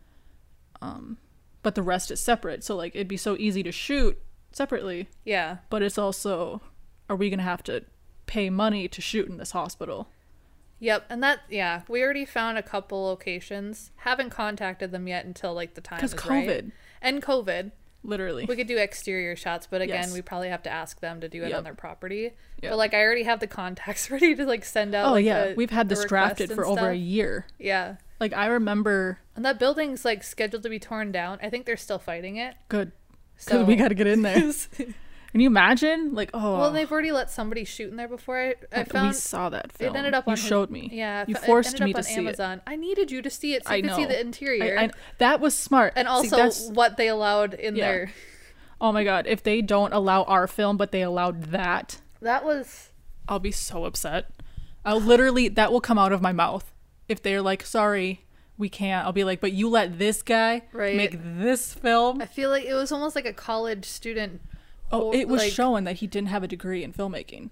but the rest is separate. So, like, it'd be so easy to shoot separately,
Yeah.
but it's also, are we going to have to pay money to shoot in this hospital?
Yep, and that yeah, we already found a couple locations. Haven't contacted them yet until like the time is
Because
right.
COVID,
and COVID.
literally.
We could do exterior shots, but again,
Yes.
we probably have to ask them to do it on
Yep.
their property.
Yep.
But like, I already have the contacts ready to like send out.
oh,
like,
yeah.
a-
We've had
a
this
request
drafted
and
for over a
stuff.
year.
Yeah,
Like, I remember,
and that building's like scheduled to be torn down. I think they're still fighting it.
good, because
So
we got to get in there. Can you imagine? Like, oh.
well, they've already let somebody shoot in there before. I, I
Like,
found
we saw that film.
it ended up
you
on
showed me.
Yeah,
you
fo- it
forced
ended
me
up
to
on
see
Amazon. I needed you to see it so
I
you could see
know.
the
it.
interior.
I, I, that was smart.
and
See,
also
that's-
what they allowed in
Yeah.
there.
oh my god, if they don't allow our film but they allowed that,
That was
I'll be so upset. I'll literally that will come out of my mouth if they're like, sorry, we can't. I'll be like, but you let this guy
Right.
make this film.
I feel like it was almost like a college student.
Oh,
or,
it was
like-
shown that he didn't have a degree in filmmaking.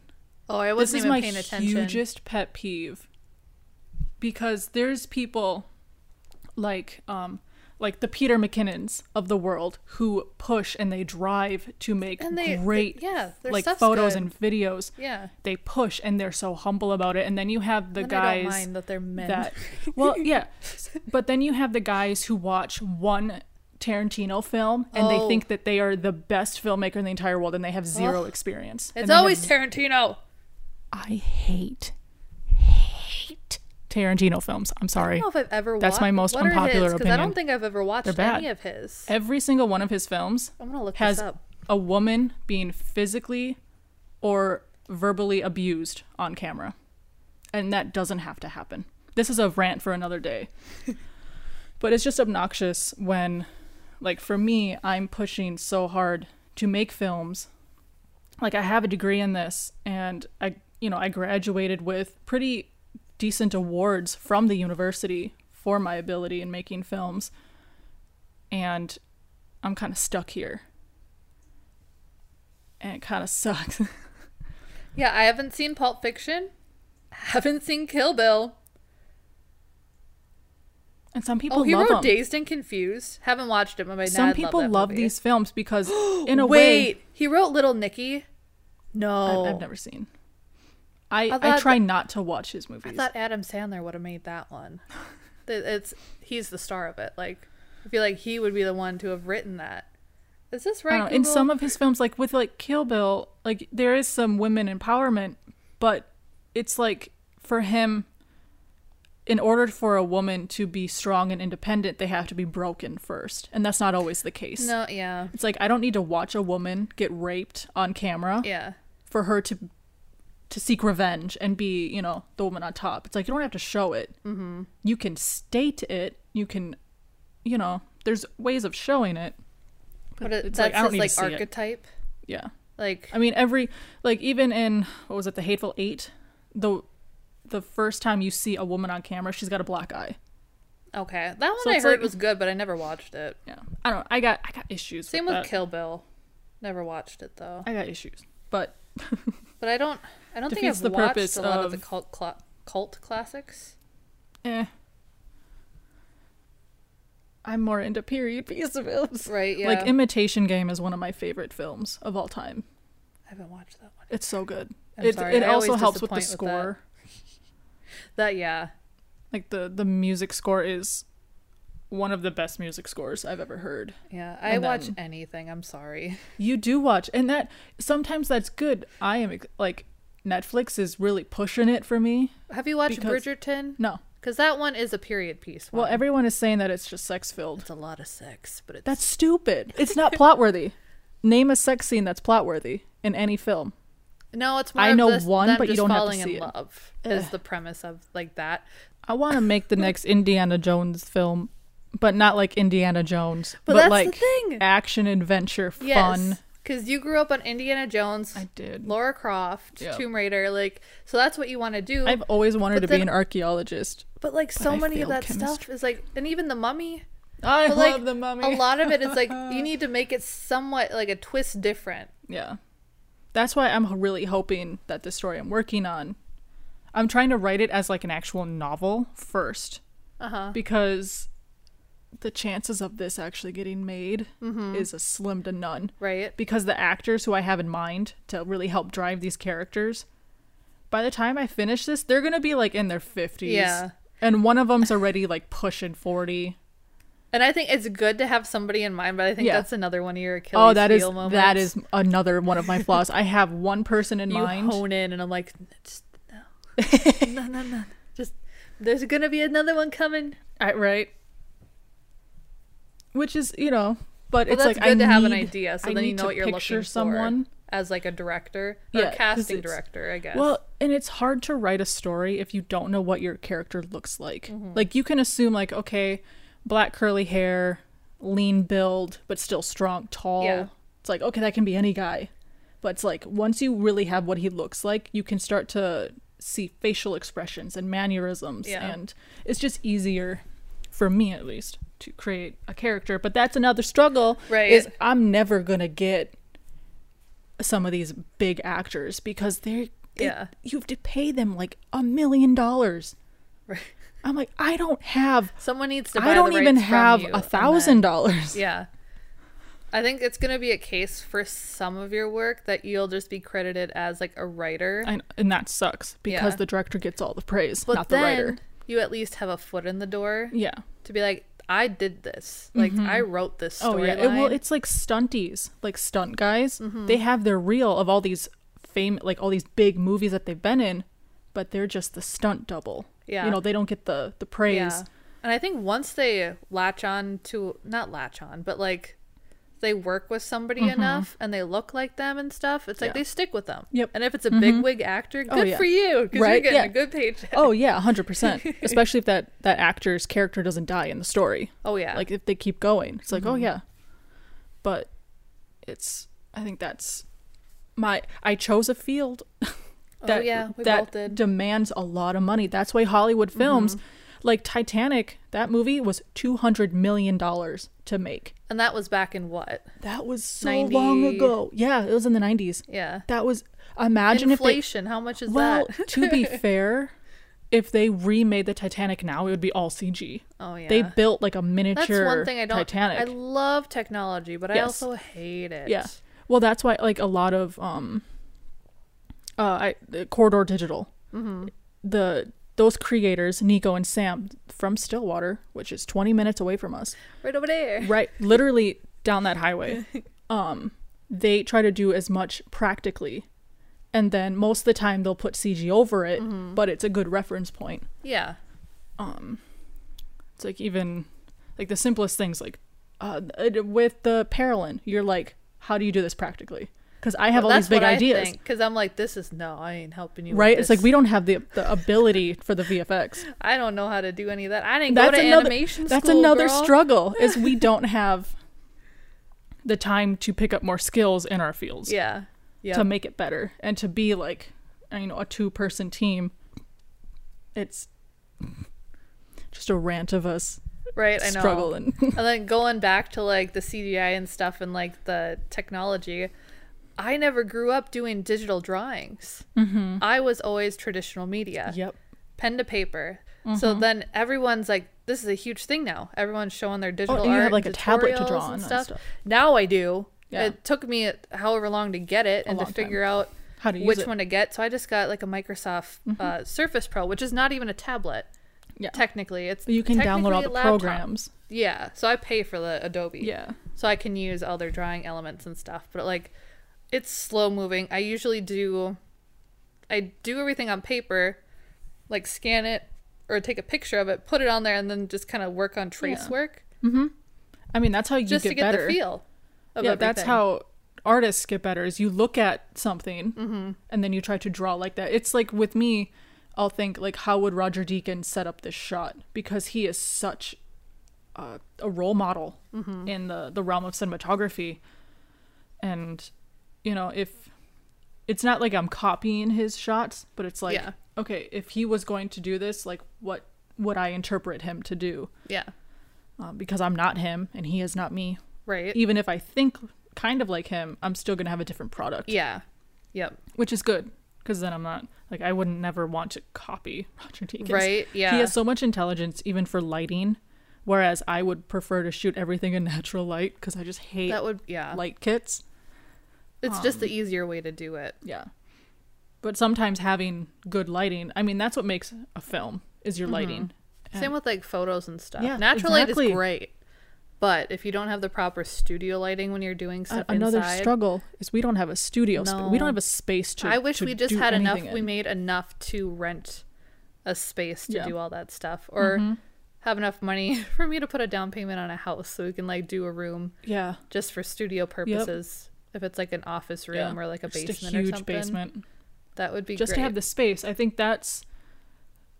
Oh, I
this
wasn't
is
even
my
paying attention.
hugest pet peeve because there's people like um like the Peter McKinnons of the world who push and they drive to make
And they-
great
they- yeah, their
like
stuff's
photos
good.
and videos.
Yeah.
They push and they're so humble about it and then you have the
Then I don't
guys
mind that they're men.
that well yeah but then you have the guys who watch one Tarantino film and
Oh.
they think that they are the best filmmaker in the entire world and they have zero experience. And
it's
they have
always Tarantino.
I hate, hate Tarantino films. I'm
I
sorry.
don't know if I've ever.
That's
watched,
my most
what are his?
unpopular
'Cause I
opinion.
don't think I've ever watched
bad.
any of his.
Every single one of his films
I'm gonna look
has
this up.
a woman being physically or verbally abused on camera. And that doesn't have to happen. This is a rant for another day. but it's just obnoxious when, like, for me, I'm pushing so hard to make films. Like, I have a degree in this, and I, you know, I graduated with pretty decent awards from the university for my ability in making films. And I'm kind of stuck here. And it kind of sucks.
Yeah, I haven't seen Pulp Fiction. Haven't seen Kill Bill.
and some people
Oh, he
love
wrote
them.
Dazed and Confused. Haven't watched it, but my
some
dad
people
loved that
love
movie.
these films because, in a way,
Wait, he wrote Little Nicky.
I've,
No,
I've never seen. I,
I
I,
thought
try not to watch his
I
movies.
thought Adam Sandler would have made that one. Th- It's he's the star of it. Like I feel like he would be the one to have written that. Is this
I
right?
don't know. In
Google?
some of his films, like with like Kill Bill, like there is some women empowerment, but it's like for him, in order for a woman to be strong and independent, they have to be broken first, and that's not always the case.
no, yeah,
It's like I don't need to watch a woman get raped on camera
yeah.
for her to to seek revenge and be, you know, the woman on top. It's like you don't have to show it. Mm-hmm. You can state it. You can, you know, there's ways of showing it.
But it,
it's
that's
like, I don't
his,
need to
like
see it.
archetype.
Yeah.
Like
I mean, every like even in what was it, the Hateful Eight, the the first time you see a woman on camera, she's got a black eye.
okay, that one
So
I
it's
heard
like-
was good, but I never watched it.
Yeah, I don't. I got I got issues.
Same
with,
with
that.
Kill Bill. Never watched it though.
I got issues, but
But I don't. I don't think
Defeats
I've
the
watched
purpose
a lot of, the
of-
cult cla cult classics.
eh. I'm more into period piece films.
Right? Yeah.
Like Imitation Game is one of my favorite films of all time.
I haven't watched that one.
It's so good.
I'm
it
sorry,
it
I always
also helps with the
disappoint with that.
score.
That yeah.
like the the music score is one of the best music scores I've ever heard.
Yeah, I
And
watch
then-
anything. I'm sorry.
You do watch, and that sometimes that's good. I am ex- like Netflix is really pushing it for me.
Have you watched
Because-
Bridgerton?
No,
Because that one is a period piece.
well
One.
everyone is saying that it's just sex filled.
it's a lot of sex, but it's
That's stupid. It's not plot worthy. Name a sex scene that's plot worthy in any film.
no, it's more.
I
of
know
this,
one,
them
but you
just
don't have to
falling
see
in
it.
love is the premise of like that.
I want to make the next Indiana Jones film, but not like Indiana Jones, but,
But that's the
like
thing.
action adventure fun.
Yes, because you grew up on Indiana Jones,
I did.
Laura Croft,
Yeah.
Tomb Raider, like so that's what you want to do.
I've always wanted
But
to
then-
be an archaeologist.
but like so
I
many of
failed
that stuff
chemistry.
is like, and even the Mummy.
I
But,
love
like,
the mummy.
A lot of it is like you need to make it somewhat like a twist different.
Yeah. That's why I'm really hoping that the story I'm working on, I'm trying to write it as like an actual novel first,
Uh huh.
because the chances of this actually getting made
Mm-hmm.
is a slim to none.
Right.
Because the actors who I have in mind to really help drive these characters, by the time I finish this, they're gonna be like in their fifties.
Yeah.
And one of them's already like pushing forty.
And I think it's good to have somebody in mind, but I think
Yeah.
that's another one of your Achilles
Oh, that is
heel moments.
that is another one of my flaws. I have one person in
you
mind.
hone in, and I'm like, "N- just no, no, no, no, just there's gonna be another one coming.
I, right. Which is, you know, but
Well,
it's
that's
like
good
I
to have an
need-
idea, so
I
then you
need
know
to
what you're
picture
looking
someone.
for as like a director or
Yeah,
a
'cause
casting
it's-
director, I guess.
Well, and it's hard to write a story if you don't know what your character looks like.
Mm-hmm.
Like you can assume like okay, black curly hair, lean build, but still strong, tall.
Yeah.
It's like okay, that can be any guy. But it's like once you really have what he looks like, you can start to see facial expressions and mannerisms
Yeah.
and it's just easier for me at least to create a character, but that's another struggle
Right.
is I'm never going to get some of these big actors because they're they,
Yeah.
you have to pay them like a million dollars.
Right.
I'm like, I don't have
someone needs to. Buy
I don't
the
even
rights from
have
you
a
and
thousand
then-
dollars.
Yeah. I think it's gonna be a case for some of your work that you'll just be credited as like a writer.
And, and that sucks because
Yeah.
the director gets all the praise,
but
not the
then
writer.
you at least have a foot in the door
Yeah.
to be like, I did this. Like I wrote this storyline. Mm-hmm.
Oh yeah. It- well, it's like stunties, like stunt guys. They have their reel of all these fame, like all these big movies that they've been in, but they're just the stunt double.
Yeah.
You know, they don't get the the praise.
yeah. And I think once they latch on to not latch on, but like they work with somebody enough and they look like them and stuff, it's like
Mm-hmm. Yeah.
they stick with them.
Yep. Mm-hmm.
And if it's a big wig actor, good
Oh, yeah.
for you because you're
Right?
getting
Yeah.
a good paycheck.
Oh yeah, hundred percent. Especially if that that actor's character doesn't die in the story.
Oh yeah. Mm-hmm.
Like if they keep going, it's like oh yeah. But it's I think that's my I chose a field that
oh yeah, we
that
both did. Mm-hmm.
demands a lot of money. That's why Hollywood films like Titanic, that movie was two hundred million dollars to make.
And that was back in what?
That was so
90.
long ago. Yeah, it was in the nineties.
Yeah.
That was imagine if they
Inflation. how much is
well,
that?
to be fair, if they remade the Titanic now, it would be all CG.
Oh yeah.
They built like a
That's
miniature
one thing I don't.
Titanic.
I love technology, but I
Yes.
also hate it.
yeah. Well, that's why like a lot
Mm-hmm.
of um uh I, the Corridor Digital. The those creators, Nico and Sam from Stillwater, which is 20 minutes away from us,
Right over there.
right literally down that highway um they try to do as much practically and then most of the time they'll put cg over it
Mm-hmm.
but it's a good reference point
Yeah.
um it's like even like the simplest things like uh th- with the paralin you're like how do you do this practically because i have all these big ideas
Because I'm like, this is no, I ain't helping you.
right it's like we don't have the, the ability for the vfx
I don't know how to do any of that. I didn't
that's
go to
another
animation
that's
school,
another
girl.
struggle is we don't have the time to pick up more skills in our fields
Yeah. Yeah.
to make it better and to be like you know a two person team it's just a rant of us
right. I know.
struggle and
And then going back to like the CGI and stuff and like the technology, I never grew up doing digital drawings. Mm-hmm. I was always traditional media,
yep
pen to paper.
Mm-hmm.
So then everyone's like, this is a huge thing now. Everyone's showing their digital
Oh, and you
art
have, like, a tablet to
tutorials
draw on and
and stuff.
stuff.
Now I do.
Yeah.
It took me however long to get it and to
long time.
figure out
how do you
which
use it?
one to get. So I just got like a Microsoft uh, Surface Pro, which is not even a tablet.
Mm-hmm. Yeah.
Technically, it's
you can download all
technically
the
a laptop.
programs
Yeah, so I pay for the Adobe.
yeah
So I can use all their drawing elements and stuff, but like it's slow moving. I usually do I do everything on paper, like scan it or take a picture of it, put it on there and then just kind of work on trace
Yeah.
work
i mean that's how you
just
get,
to get
better
the feel of
yeah that's
everything.
how artists get better is you look at something
Mm-hmm.
and then you try to draw like that it's like with me i'll think like how would roger deakins set up this shot because he is such uh, a role model
Mm-hmm.
in the the realm of cinematography and you know if it's not like i'm copying his shots but it's like
Yeah.
okay if he was going to do this like what would i interpret him to do
Yeah.
um, because i'm not him and he is not me
Right.
even if I think kind of like him, I'm still gonna have a different product,
Yeah. Yep.
which is good because then I'm not like I wouldn't never want to copy Roger Deakins.
Right. Yeah.
He has so much intelligence, even for lighting, whereas I would prefer to shoot everything in natural light because I just hate
that would yeah.
light kits.
it's just
um,
the easier way to do it.
Yeah, but sometimes having good lighting, I mean, that's what makes a film is
Mm-hmm.
your lighting.
Same with like photos and stuff.
Yeah,
Natural light
exactly.
is great, but if you don't have the proper studio lighting when you're doing
A-
stuff
another
inside,
struggle is we don't have a studio. sp- we
No.
don't have a space to.
I wish
to
we just
do
had enough.
anything
We
in.
made enough to rent a space to
Yeah. Mm-hmm.
do all that stuff, or have enough money for me to put a down payment on a house so we can like do a room
yeah.
just for studio purposes. If it's like an office room
yeah.
or like a
Just
basement or
huge
something,
basement.
that would be
just
great.
to have the space i think that's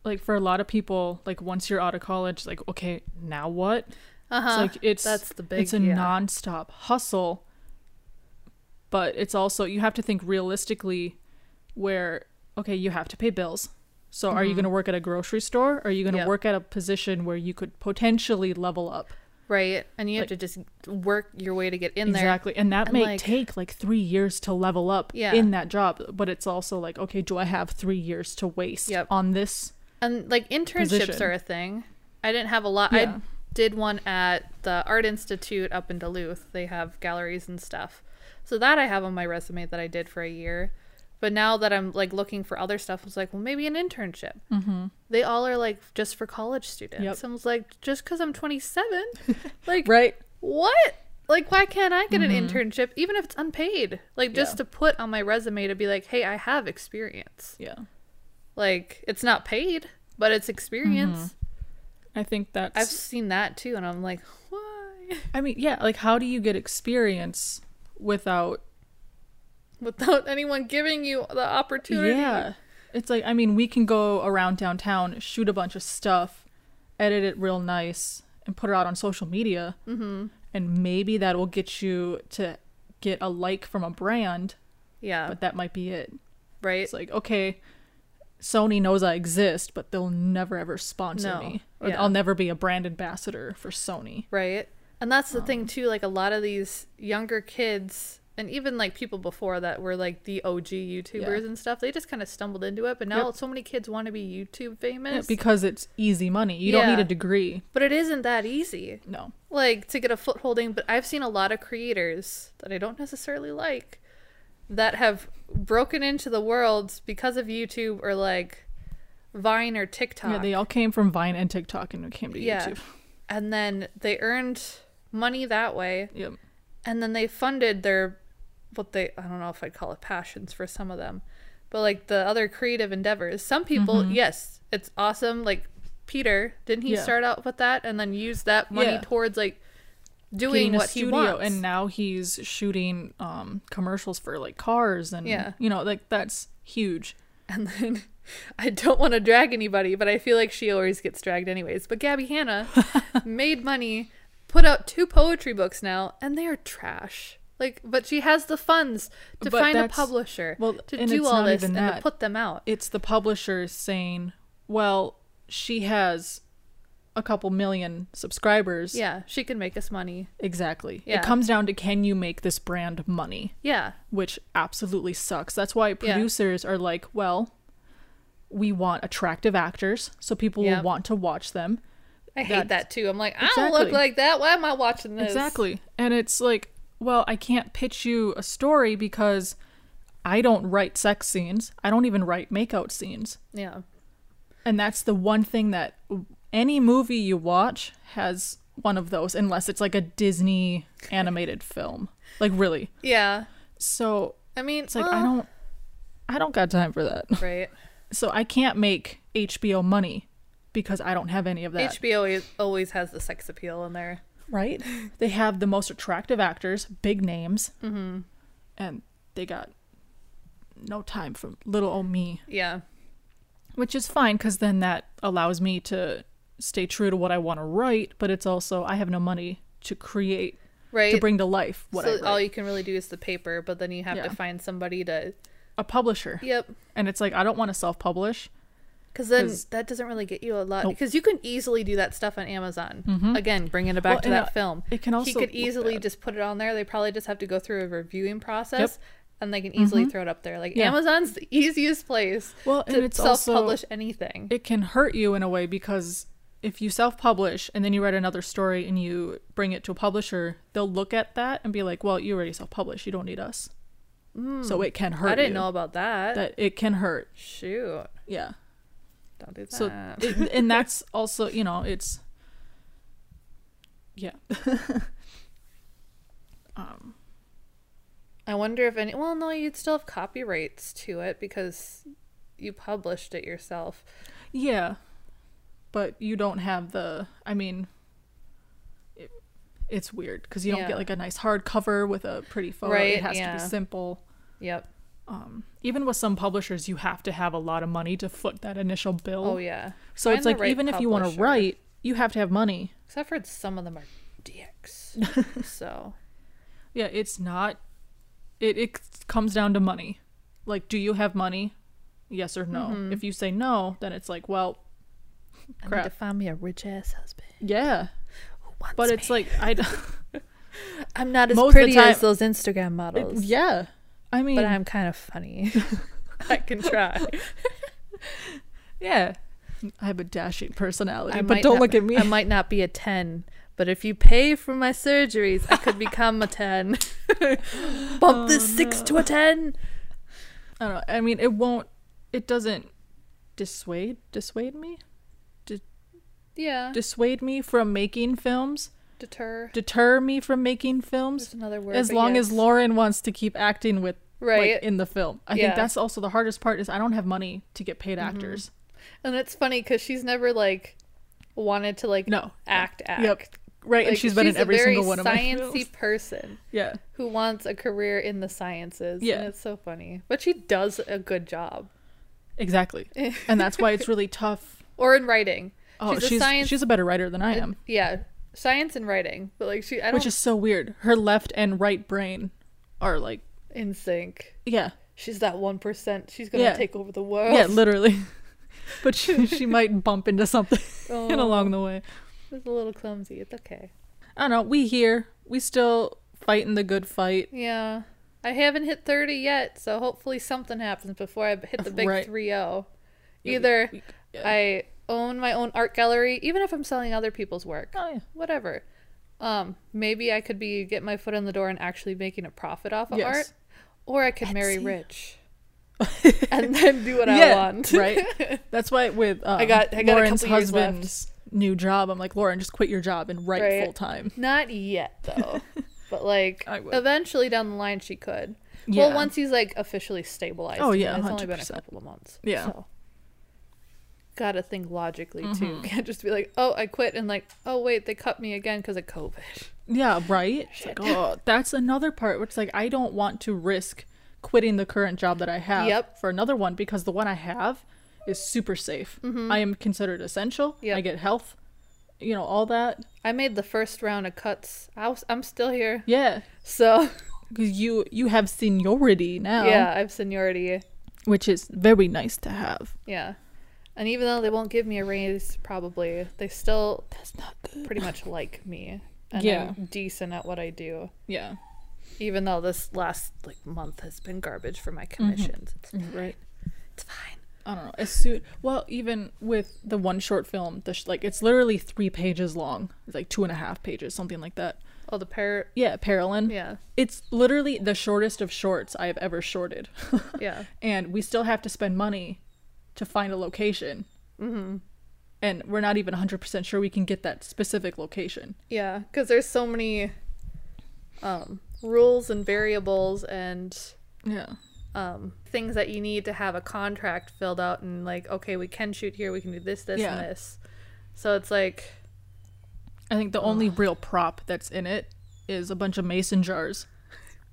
like for a lot of people like once you're out of college like okay now what
uh-huh.
it's like it's
that's the big
it's a
yeah.
nonstop hustle but it's also you have to think realistically where okay you have to pay bills so are you going to work at a grocery store are you going to
Mm-hmm. Yep.
work at a position where you could potentially level up
right, and you have
like-
to just work your way to get in there.
exactly and that
And,
may
like-
take like three years to level up
Yeah.
in that job but it's also like okay do i have three years to waste
Yep.
on this
And like internships
position.
are a thing. I didn't have a lot.
Yeah.
I did one at the Art Institute up in Duluth. They have galleries and stuff. So that I have on my resume that I did for a year. But now that I'm like looking for other stuff, I was like, well, maybe an internship. Mm-hmm. They all are like just for college students.
Yep.
I was like, just because I'm 27, like
right Mm-hmm.
what? Like, why can't I get an internship even if it's unpaid? Like, just
Yeah.
to put on my resume to be like, hey, I have experience.
Yeah.
Like it's not paid, but it's experience.
Mm-hmm. I think that's
I've seen that too, and I'm like, why?
I mean, yeah, like how do you get experience without
Without anyone giving you the opportunity.
Yeah. It's like I mean, we can go around downtown, shoot a bunch of stuff, edit it real nice and put it out on social media. Mm-hmm. And maybe that will get you to get a like from a brand,
Yeah.
but that might be it.
right.
It's like, okay, Sony knows I exist, but they'll never ever sponsor
No.
me. Or
Yeah.
I'll never be a brand ambassador for Sony.
Right. And that's the
Um.
thing too, like a lot of these younger kids and even like people before that were like the OG YouTubers and stuff, they just kind of stumbled into it. But now so many kids want to be YouTube
Yeah,
famous.
because it's easy money. You don't
Yeah.
need a degree.
but it isn't that easy.
No.
like to get a footholding but i've seen a lot of creators that i don't necessarily like that have broken into the world because of youtube or like Vine or TikTok.
Yeah, they all came from Vine and TikTok and it came to
Yeah.
YouTube.
and then they earned money that way
Yep.
and then they funded their what they I don't know if I'd call it passions for some of them, but like the other creative endeavors. Some people, yes, it's awesome. Like Peter, didn't he
Mm-hmm. Yeah.
start out with that and then use that money
Yeah.
towards like doing
Getting a
what he
studio
wants?
and now he's shooting um commercials for like cars and
Yeah.
you know, like that's huge.
And then I don't want to drag anybody, but I feel like she always gets dragged anyways. But Gabby Hanna made money, put out two poetry books now, and they are trash. Like, but she has the funds to
But
find a
that's-
publisher
well,
to
and
do
it's
all
not
this and
even
to
that.
put them out.
It's the publisher saying, Well, she has a couple million subscribers.
Yeah, she can make us money.
Exactly.
Yeah.
It comes down to can you make this brand money?
Yeah,
which absolutely sucks. That's why producers are like, well, we want attractive actors so people
Yeah.
will want to watch them.
I hate
That's-
that too. I'm like, I don't look
Exactly.
like that. Why am I watching this?
Exactly. And it's like, well, I can't pitch you a story because I don't write sex scenes. I don't even write makeout scenes.
Yeah,
And that's the one thing that any movie you watch has one of those unless it's like a Disney animated film. Like really.
yeah.
So,
I mean, uh,
it's like I don't I don't got time for that.
Right.
so I can't make HBO money because I don't have any of that.
HBO is, always has the sex appeal in there.
right? They have the most attractive actors, big names, mm-hmm. and they got no time for little old me,
Yeah.
which is fine because then that allows me to stay true to what I want to write. But it's also I have no money to create
Right.
to bring to life what I
so
write.
all you can really do is the paper, but then you have
Yeah.
to find somebody to.
a publisher,
Yep.
and it's like I don't want to self-publish.
Because then
'Cause-
that doesn't really get you a lot.
Nope.
Because you can easily do that stuff on Amazon. Again, bringing it back
Well,
to
and,
that
uh,
film.
it can also
he could
look
easily
bad.
just put it on there. They probably just have to go through a reviewing process, and they can easily throw it up there. Like
Yeah.
Amazon's the easiest place
Well,
to
and it's also-
self-publish anything.
it can hurt you in a way because if you self-publish and then you write another story and you bring it to a publisher, they'll look at that and be like, "Well, you already self-published. You don't need us." So it can hurt.
Hmm. I didn't
you.
know about that.
that it can hurt.
Shoot,
Yeah.
don't do that.
So it, and that's also you know it's yeah
I wonder if any. Well, no, you'd still have copyrights to it because you published it yourself.
yeah, but you don't have the. I mean. it- It's weird because you don't
Yeah.
get like a nice hardcover with a pretty photo.
Right,
it has
yeah.
to be simple.
Yep.
even with some publishers you have to have a lot of money to foot that initial bill
Oh yeah.
so
Find
it's
the
like
right
even if you want to
publisher.
write you have to have money
Because I've heard some of them are dicks. so
yeah it's not it, it comes down to money like do you have money yes or no if you say no then it's like well
I need to
Crap.
find me a rich ass husband
yeah
who wants
but
me.
it's like i d-
I'm not as
most of the
pretty as
time-
those Instagram models,
yeah i mean
but I'm kind of funny. I can try.
yeah i have a dashing personality
I
but
might
don't
not-
look at me
I might not be a ten, but if you pay for my surgeries, I could become a ten. Bump
Oh,
this six to a ten.
I don't know. I mean, it won't. It doesn't dissuade dissuade me
Yeah.
dissuade me from making films,
deter.
deter me from making
There's
films,
another word.
as
but
long
yes.
as Lauren wants to keep acting with
Right.
like, in the film. I
Yeah. Mm-hmm.
think that's also the hardest part is I don't have money to get paid actors.
and it's funny because she's never like wanted to like
No.
act act.
Yep. Right, and
Like,
she's been in
a
every
very
single one of my
sciencey
films.
person
Yeah.
who wants a career in the sciences.
Yeah.
and it's so funny, but she does a good job
Exactly. and that's why it's really tough.
or in writing.
Oh,
she's,
she's
a science.
she's a better writer than I am,
yeah, science and writing, but like she, I don't
which is so weird. Her left and right brain are like
in sync.
yeah.
She's that one percent. She's gonna
Yeah.
take over the world.
Yeah, literally. but she, she might bump into something
Oh.
along the way.
it's a little clumsy. It's okay.
I don't know. We here. We still fighting the good fight.
Yeah. I haven't hit 30 yet, so hopefully something happens before I hit the big
Right.
3-0.
we-
Either
we-
I own my own art gallery, even if I'm selling other people's work,
Oh, yeah.
whatever. Um, maybe I could be get my foot in the door and actually making a profit off of
Yes.
art, or I could marry
Etsy.
rich. and then do what
Yeah,
I want.
right. That's why with um,
I got- I got a
Lauren's
couple years left.
husband's new job, I'm like Lauren, just quit your job and write
Right.
full time.
Not yet though. but like
I would.
eventually down the line she could.
Yeah.
Well, once he's like officially stabilized.
Oh,
and
yeah,
It's only been a
100%.
couple of months.
Yeah.
So. Gotta think logically
Mm-hmm.
too. Can't just be like, oh, I quit, and like, oh wait, they cut me again because of COVID.
Yeah, right. It's like, oh, that's another part where it's like I don't want to risk quitting the current job that I have
Yep.
for another one because the one I have is super safe. I am considered essential.
Mm-hmm. Yep.
I get health, you know, all that.
I made the first round of cuts. I was, I'm still here.
Yeah,
So
because you you have seniority now,
yeah, I have seniority.
which is very nice to have.
Yeah. And even though they won't give me a raise, probably they still
That's not good.
pretty much like me. And
Yeah.
I'm decent at what I do.
Yeah,
Even though this last like month has been garbage for
Mm-hmm.
my commissions. It's,
right.
it's fine.
I don't know. As soon, well, even with the one short film, the sh- like it's literally three pages long. It's like two and a half pages, something like that.
Oh, the pair.
Yeah, Parolin.
Yeah.
It's literally the shortest of shorts I have ever shorted.
Yeah.
and we still have to spend money to find a location. Mm-hmm. And we're not even 100% sure we can get that specific location.
Yeah. Because there's so many um, rules and variables and
Yeah.
um, things that you need to have a contract filled out and like, okay, we can shoot here. We can do this, this,
Yeah.
and this. So it's like,
I think the only real prop that's in it is a bunch of mason jars.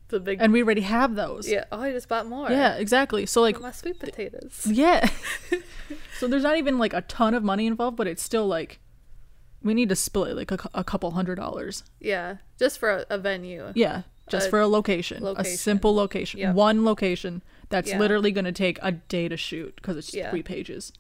the big.
And we already have those.
yeah. Oh, I just bought more.
Yeah, exactly. So, like,
My sweet potatoes.
yeah. so there's not even like a ton of money involved, but it's still like we need to split like a, cou- a couple hundred dollars.
Yeah, just for a, a venue.
Yeah, just
A
for a location, a
location.
simple location,
Yep.
one location that's
Yeah.
literally going to take a day to shoot because it's
Yeah.
three pages.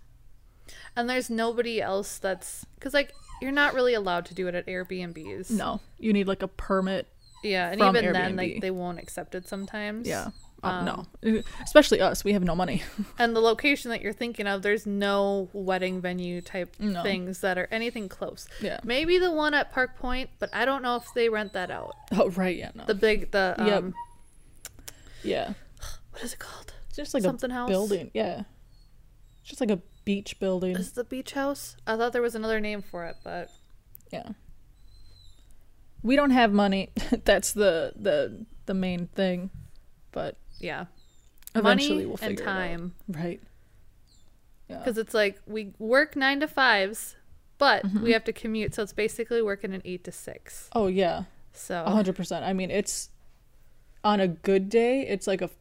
And there's nobody else that's because like you're not really allowed to do it at Airbnbs.
No, you need like a permit.
Yeah, and
From
even then,
Airbnb.
like they won't accept it sometimes.
Yeah. Oh,
Um,
no, especially us. We have no money.
And the location that you're thinking of, there's no wedding venue type
No.
things that are anything close.
Yeah.
Maybe the one at Park Point, but I don't know if they rent that out.
oh right, yeah, no,
The big the um
Yep. yeah.
what is it called?
It's just like
Something
a
house?
building. Yeah, it's just like a beach building.
Is it the beach house? I thought there was another name for it, but
Yeah. We don't have money. That's the the the main thing. But
yeah.
eventually
Money
we'll
and
figure
time.
it out. Right. Yeah.
because it's like we work nine to fives but
Mm-hmm.
we have to commute so it's basically working an eight to six
Oh yeah.
so
a 100%. I mean, it's on a good day, it's like a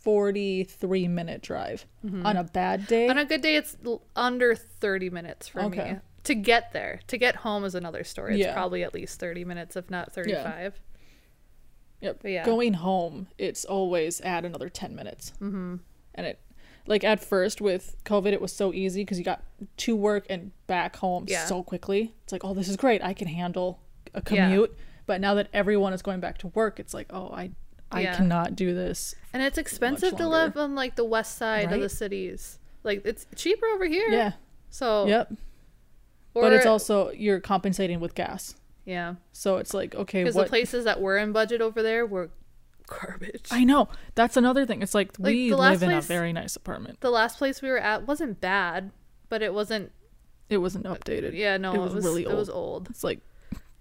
43 minute drive. On a bad day,
Mm-hmm. on a good day it's l- under 30 minutes for me
Okay.
to get there to get home is another story it's
Yeah.
probably at least 30 minutes if not 35
Yep.
But yeah.
Going home, it's always add another 10 minutes. Mm-hmm. And it, like, at first with COVID, it was so easy because you got to work and back home
Yeah.
so quickly. It's like, oh, this is great. I can handle a
Yeah.
commute. But now that everyone is going back to work, it's like, oh, I, I
Yeah.
cannot do this.
and it's expensive to
longer.
live on like the west side of the
Right?
cities like it's cheaper over here
Yeah.
so
Yep.
or,
but it's also, you're compensating with gas.
yeah
So it's like, okay,
because
what?
the places that were in budget over there were garbage
I know. That's another thing. It's like,
Like,
we
the last
live in a
place-
very nice apartment.
the last place we were at wasn't bad but it wasn't
It wasn't updated.
Yeah, no,
It was really
It
old.
was old.
It's like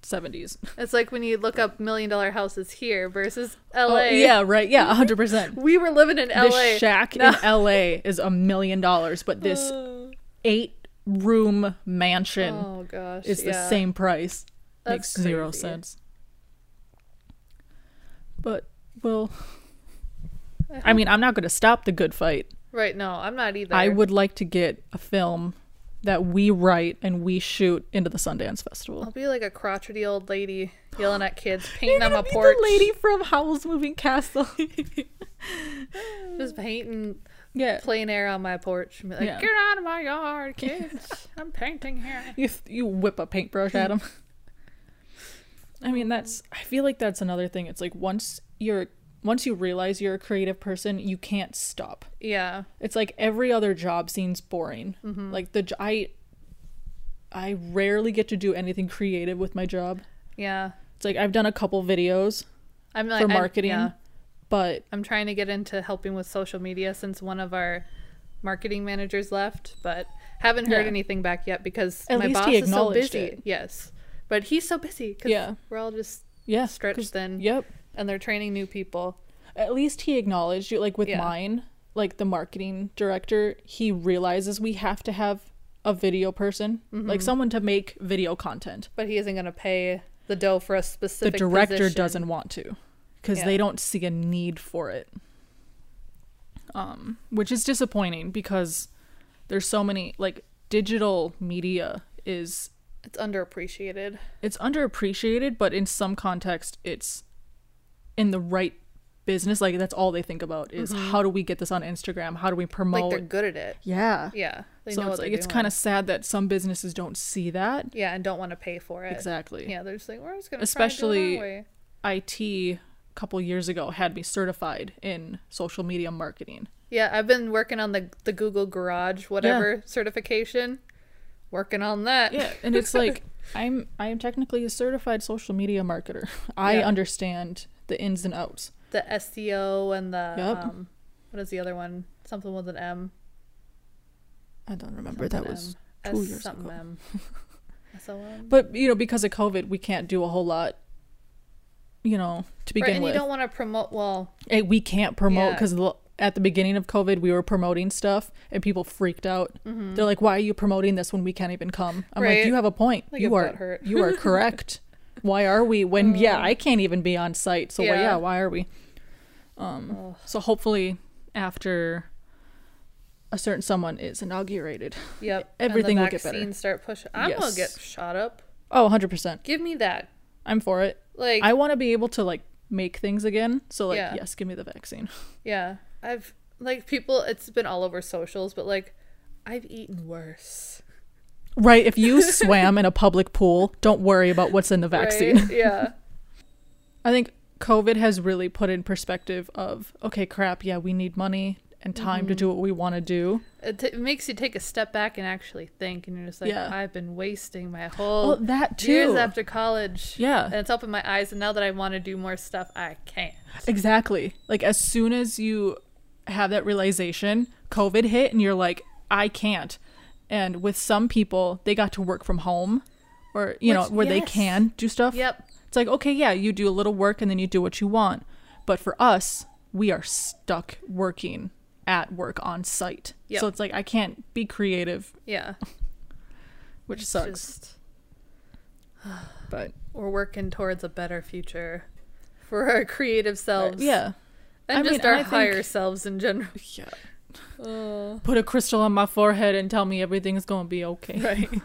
70s.
It's like when you look up million dollar houses here versus LA.
Oh, yeah, right. Yeah, 100%.
We were living in LA.
This shack
No.
in LA is a million dollars, but this eight room mansion
oh gosh.
is the
yeah.
same price. Makes
That's
zero
crazy.
sense. But, well,
I
I mean, I'm not going to stop the good fight.
Right, no, I'm not either.
I would like to get a film that we write and we shoot into the Sundance Festival.
I'll be like a crotchety old lady yelling at kids, painting
You're
on
gonna be
my porch.
the lady from Howl's Moving Castle.
Just painting
yeah.
plain air on my porch. And be like,
Yeah.
get out of my yard, kids. I'm painting here.
you, you whip a paintbrush at them. I mean, that's. I feel like that's another thing. It's like once you're, once you realize you're a creative person, you can't stop.
Yeah.
It's like every other job seems boring.
Mm-hmm.
Like the j- I, I rarely get to do anything creative with my job.
Yeah.
It's like I've done a couple videos
I'm like
for
I'm-
marketing,
yeah.
But
I'm trying to get into helping with social media since one of our marketing managers left, but haven't heard
Yeah.
anything back yet because
At
my
least
boss
he
is so
acknowledged
busy.
it.
Yes. But he's so busy because
Yeah.
we're all just
yeah,
Stretch
'cause-
thin.
Yep.
and they're training new people.
At least he acknowledged it. Like with
Yeah.
mine, like the marketing director, he realizes we have to have a video person, like
Mm-hmm.
someone to make video content.
But he isn't going to pay the dough for a
The
specific.
director
position.
doesn't want to because
Yeah.
they don't see a need for it. Um, which is disappointing because there's so many like digital media is
It's underappreciated.
it's underappreciated, but in some context, it's in the right business. Like that's all they think about is how do we get this on Instagram? How do we
Mm-hmm. Like
promote?
they're good at it.
yeah.
Yeah. They
so
know
it's
what
like
they're
it's
doing.
kind of sad that some businesses don't see that
Yeah, and don't want to pay for it.
exactly.
Yeah, they're just like, we're just going to
Especially-
Try and do it our way.
IT a couple years ago had me certified in social media marketing.
Yeah, I've been working on the the Google Garage whatever certification. Working on that.
Yeah, and it's like I'm I am technically a certified social media marketer. I
Yeah.
understand the ins and outs.
The SEO and the
Yep.
um what is the other one? Something with an M.
I don't remember
Something
that was
M.
two
S
years
something
ago.
M. SLM.
But you know, because of COVID, we can't do a whole lot. You know, to
Right,
begin
and
with,
you don't want to promote well,
Eh, we can't promote
Yeah.
because at the beginning of COVID, we were promoting stuff and people freaked out. They're like, "Why are you promoting this when we can't even come?" I'm
Mm-hmm. Right.
like, "You have a point.
Like
you
a
are
butt hurt. Mm.
you are correct. Why are we when yeah I can't even be on site? So why-
Yeah.
yeah, why are we? Um,
Ugh.
so hopefully after a certain someone is inaugurated,
Yep.
Everything
and
will
the
get better.
vaccines start pushing. I'm gonna
Yes.
get shot up.
oh, 100 percent,
Give me that.
I'm for it.
Like
I want to be able to like make things again. So like,
Yeah.
yes, give me the vaccine.
yeah, I've like people. It's been all over socials, but like I've eaten worse.
Right. If you swam in a public pool, don't worry about what's in the
right?
vaccine.
Yeah.
I think COVID has really put in perspective of, okay, crap, yeah, we need money and time
Mm-hmm.
to do what we want to do.
It, t- it makes you take a step back and actually think, and you're just like,
Yeah.
I've been wasting my whole
Well, that
years
too.
after college.
Yeah.
and it's opened my eyes, and now that I want to do more stuff, I can't.
exactly. Like as soon as you have that realization, COVID hit and you're like, I can't. And with some people, they got to work from home or, you
Which-
know, where they
yes.
can do stuff.
Yep.
It's like, okay, yeah, you do a little work and then you do what you want. But for us, we are stuck working at work on site.
Yep.
So it's like, I can't be creative,
Yeah.
which
It's
sucks.
just-
but
we're working towards a better future for our creative selves.
yeah.
And
I
just
mean, I
our
think-
higher selves in general.
Yeah. Put a crystal on my forehead and tell me everything's going to be okay.
right.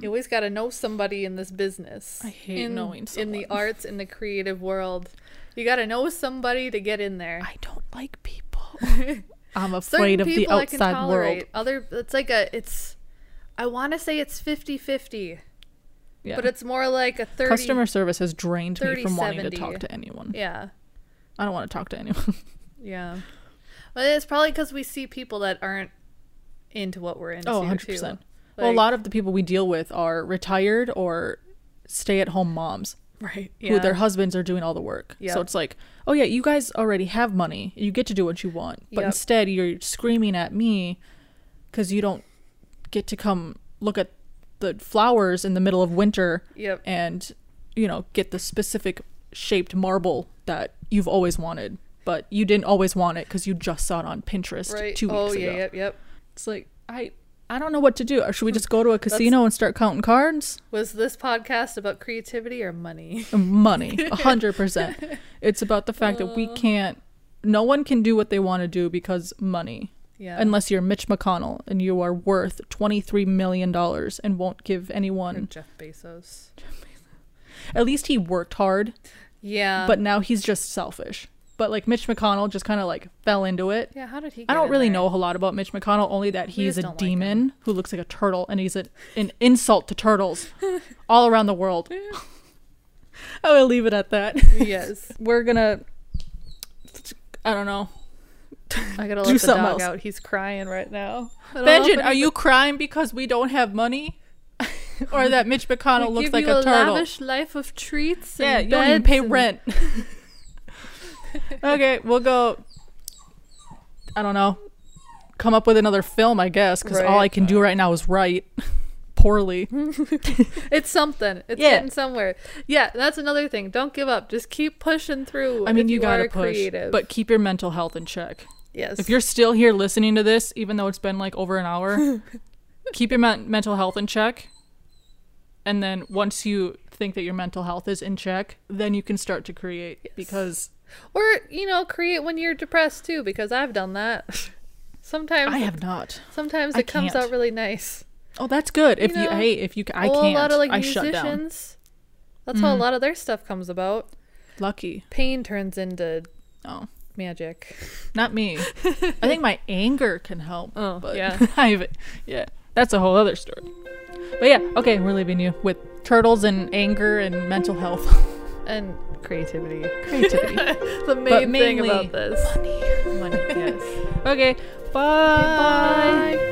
you always got to know somebody in this business.
I hate
in,
knowing
In the
someone.
arts, in the creative world. You got to know somebody to get in there.
I don't like people. I'm
Certain
afraid of the
people I can
outside world.
tolerate. Other, it's like a, it's, I want to say it's 50 50,
Yeah.
but it's more like a 30.
Customer service has drained me
30,
from wanting to
70.
talk to anyone.
Yeah.
I don't want to talk to anyone.
Yeah. But it's probably because we see people that aren't into what we're into.
Oh, 100%.
too.
well, a
Like-
lot of the people we deal with are retired or stay at home moms
Right.
who their husbands are doing all the work.
Yep.
So it's like, oh, yeah, you guys already have money. You get to do what you want. But
Yep.
instead, you're screaming at me because you don't get to come look at the flowers in the middle of winter
Yep.
and, you know, get the specific shaped marble that you've always wanted. But you didn't always want it because you just saw it on Pinterest
Right.
two weeks
oh,
ago.
yeah, yep, yep.
It's like I I don't know what to do. Or should we just go to a casino and start counting cards?
Was this podcast about creativity or money?
Money, a hundred percent. It's about the fact that we
Uh.
can't. No one can do what they want to do because money.
Yeah.
Unless you're Mitch McConnell and you are worth twenty three million dollars and won't give
Or
anyone.
Jeff Bezos.
At least he worked hard,
Yeah.
but now he's just selfish. But like Mitch McConnell just kind of like fell into it.
yeah, how did he? Get
I don't
in
really
there?
know a whole lot about Mitch McConnell, only that
We
he's
just
a
don't like him.
demon who looks like a turtle and he's a, an insult to turtles all around the world. I will leave it at that.
yes,
We're gonna. I don't know.
I
Do
gotta let the
something
dog
else.
out. He's crying right now. I don't know if
Benjamin,
it-
are you crying because we don't have money? or that Mitch
we
McConnell
give
looks like
you
a turtle?
lavish life of treats.
yeah,
and
you don't even
beds
pay
and-
rent. okay, we'll go. I don't know. Come up with another film, I guess, because all
Right.
I can do right now is write poorly.
It's something. It's
Yeah.
getting somewhere. Yeah, that's another thing. Don't give up. Just keep pushing through.
I mean,
if
you,
are
gotta push,
creative.
but keep your mental health in check.
yes,
If you're still here listening to this, even though it's been like over an hour, keep your men- mental health in check. And then once you think that your mental health is in check, then you can start to create because
or you know, create when you're depressed too, because I've done that. sometimes,
I have not.
sometimes
I
it comes
can't.
out really nice.
Oh, that's good. If you,
know,
hey, if you, ca- I
Well,
can't.
A lot of like
I shut down. Mm.
musicians. That's how a lot of their stuff comes about.
Lucky.
Pain turns into
Oh,
magic.
not me. I think my anger can help.
Oh,
but
yeah.
I've, yeah, that's a whole other story. But yeah, okay, we're leaving you with turtles and anger and mental health.
and creativity.
Creativity.
The main thing
mainly
about this.
Money.
Yes.
Okay, bye.
Bye.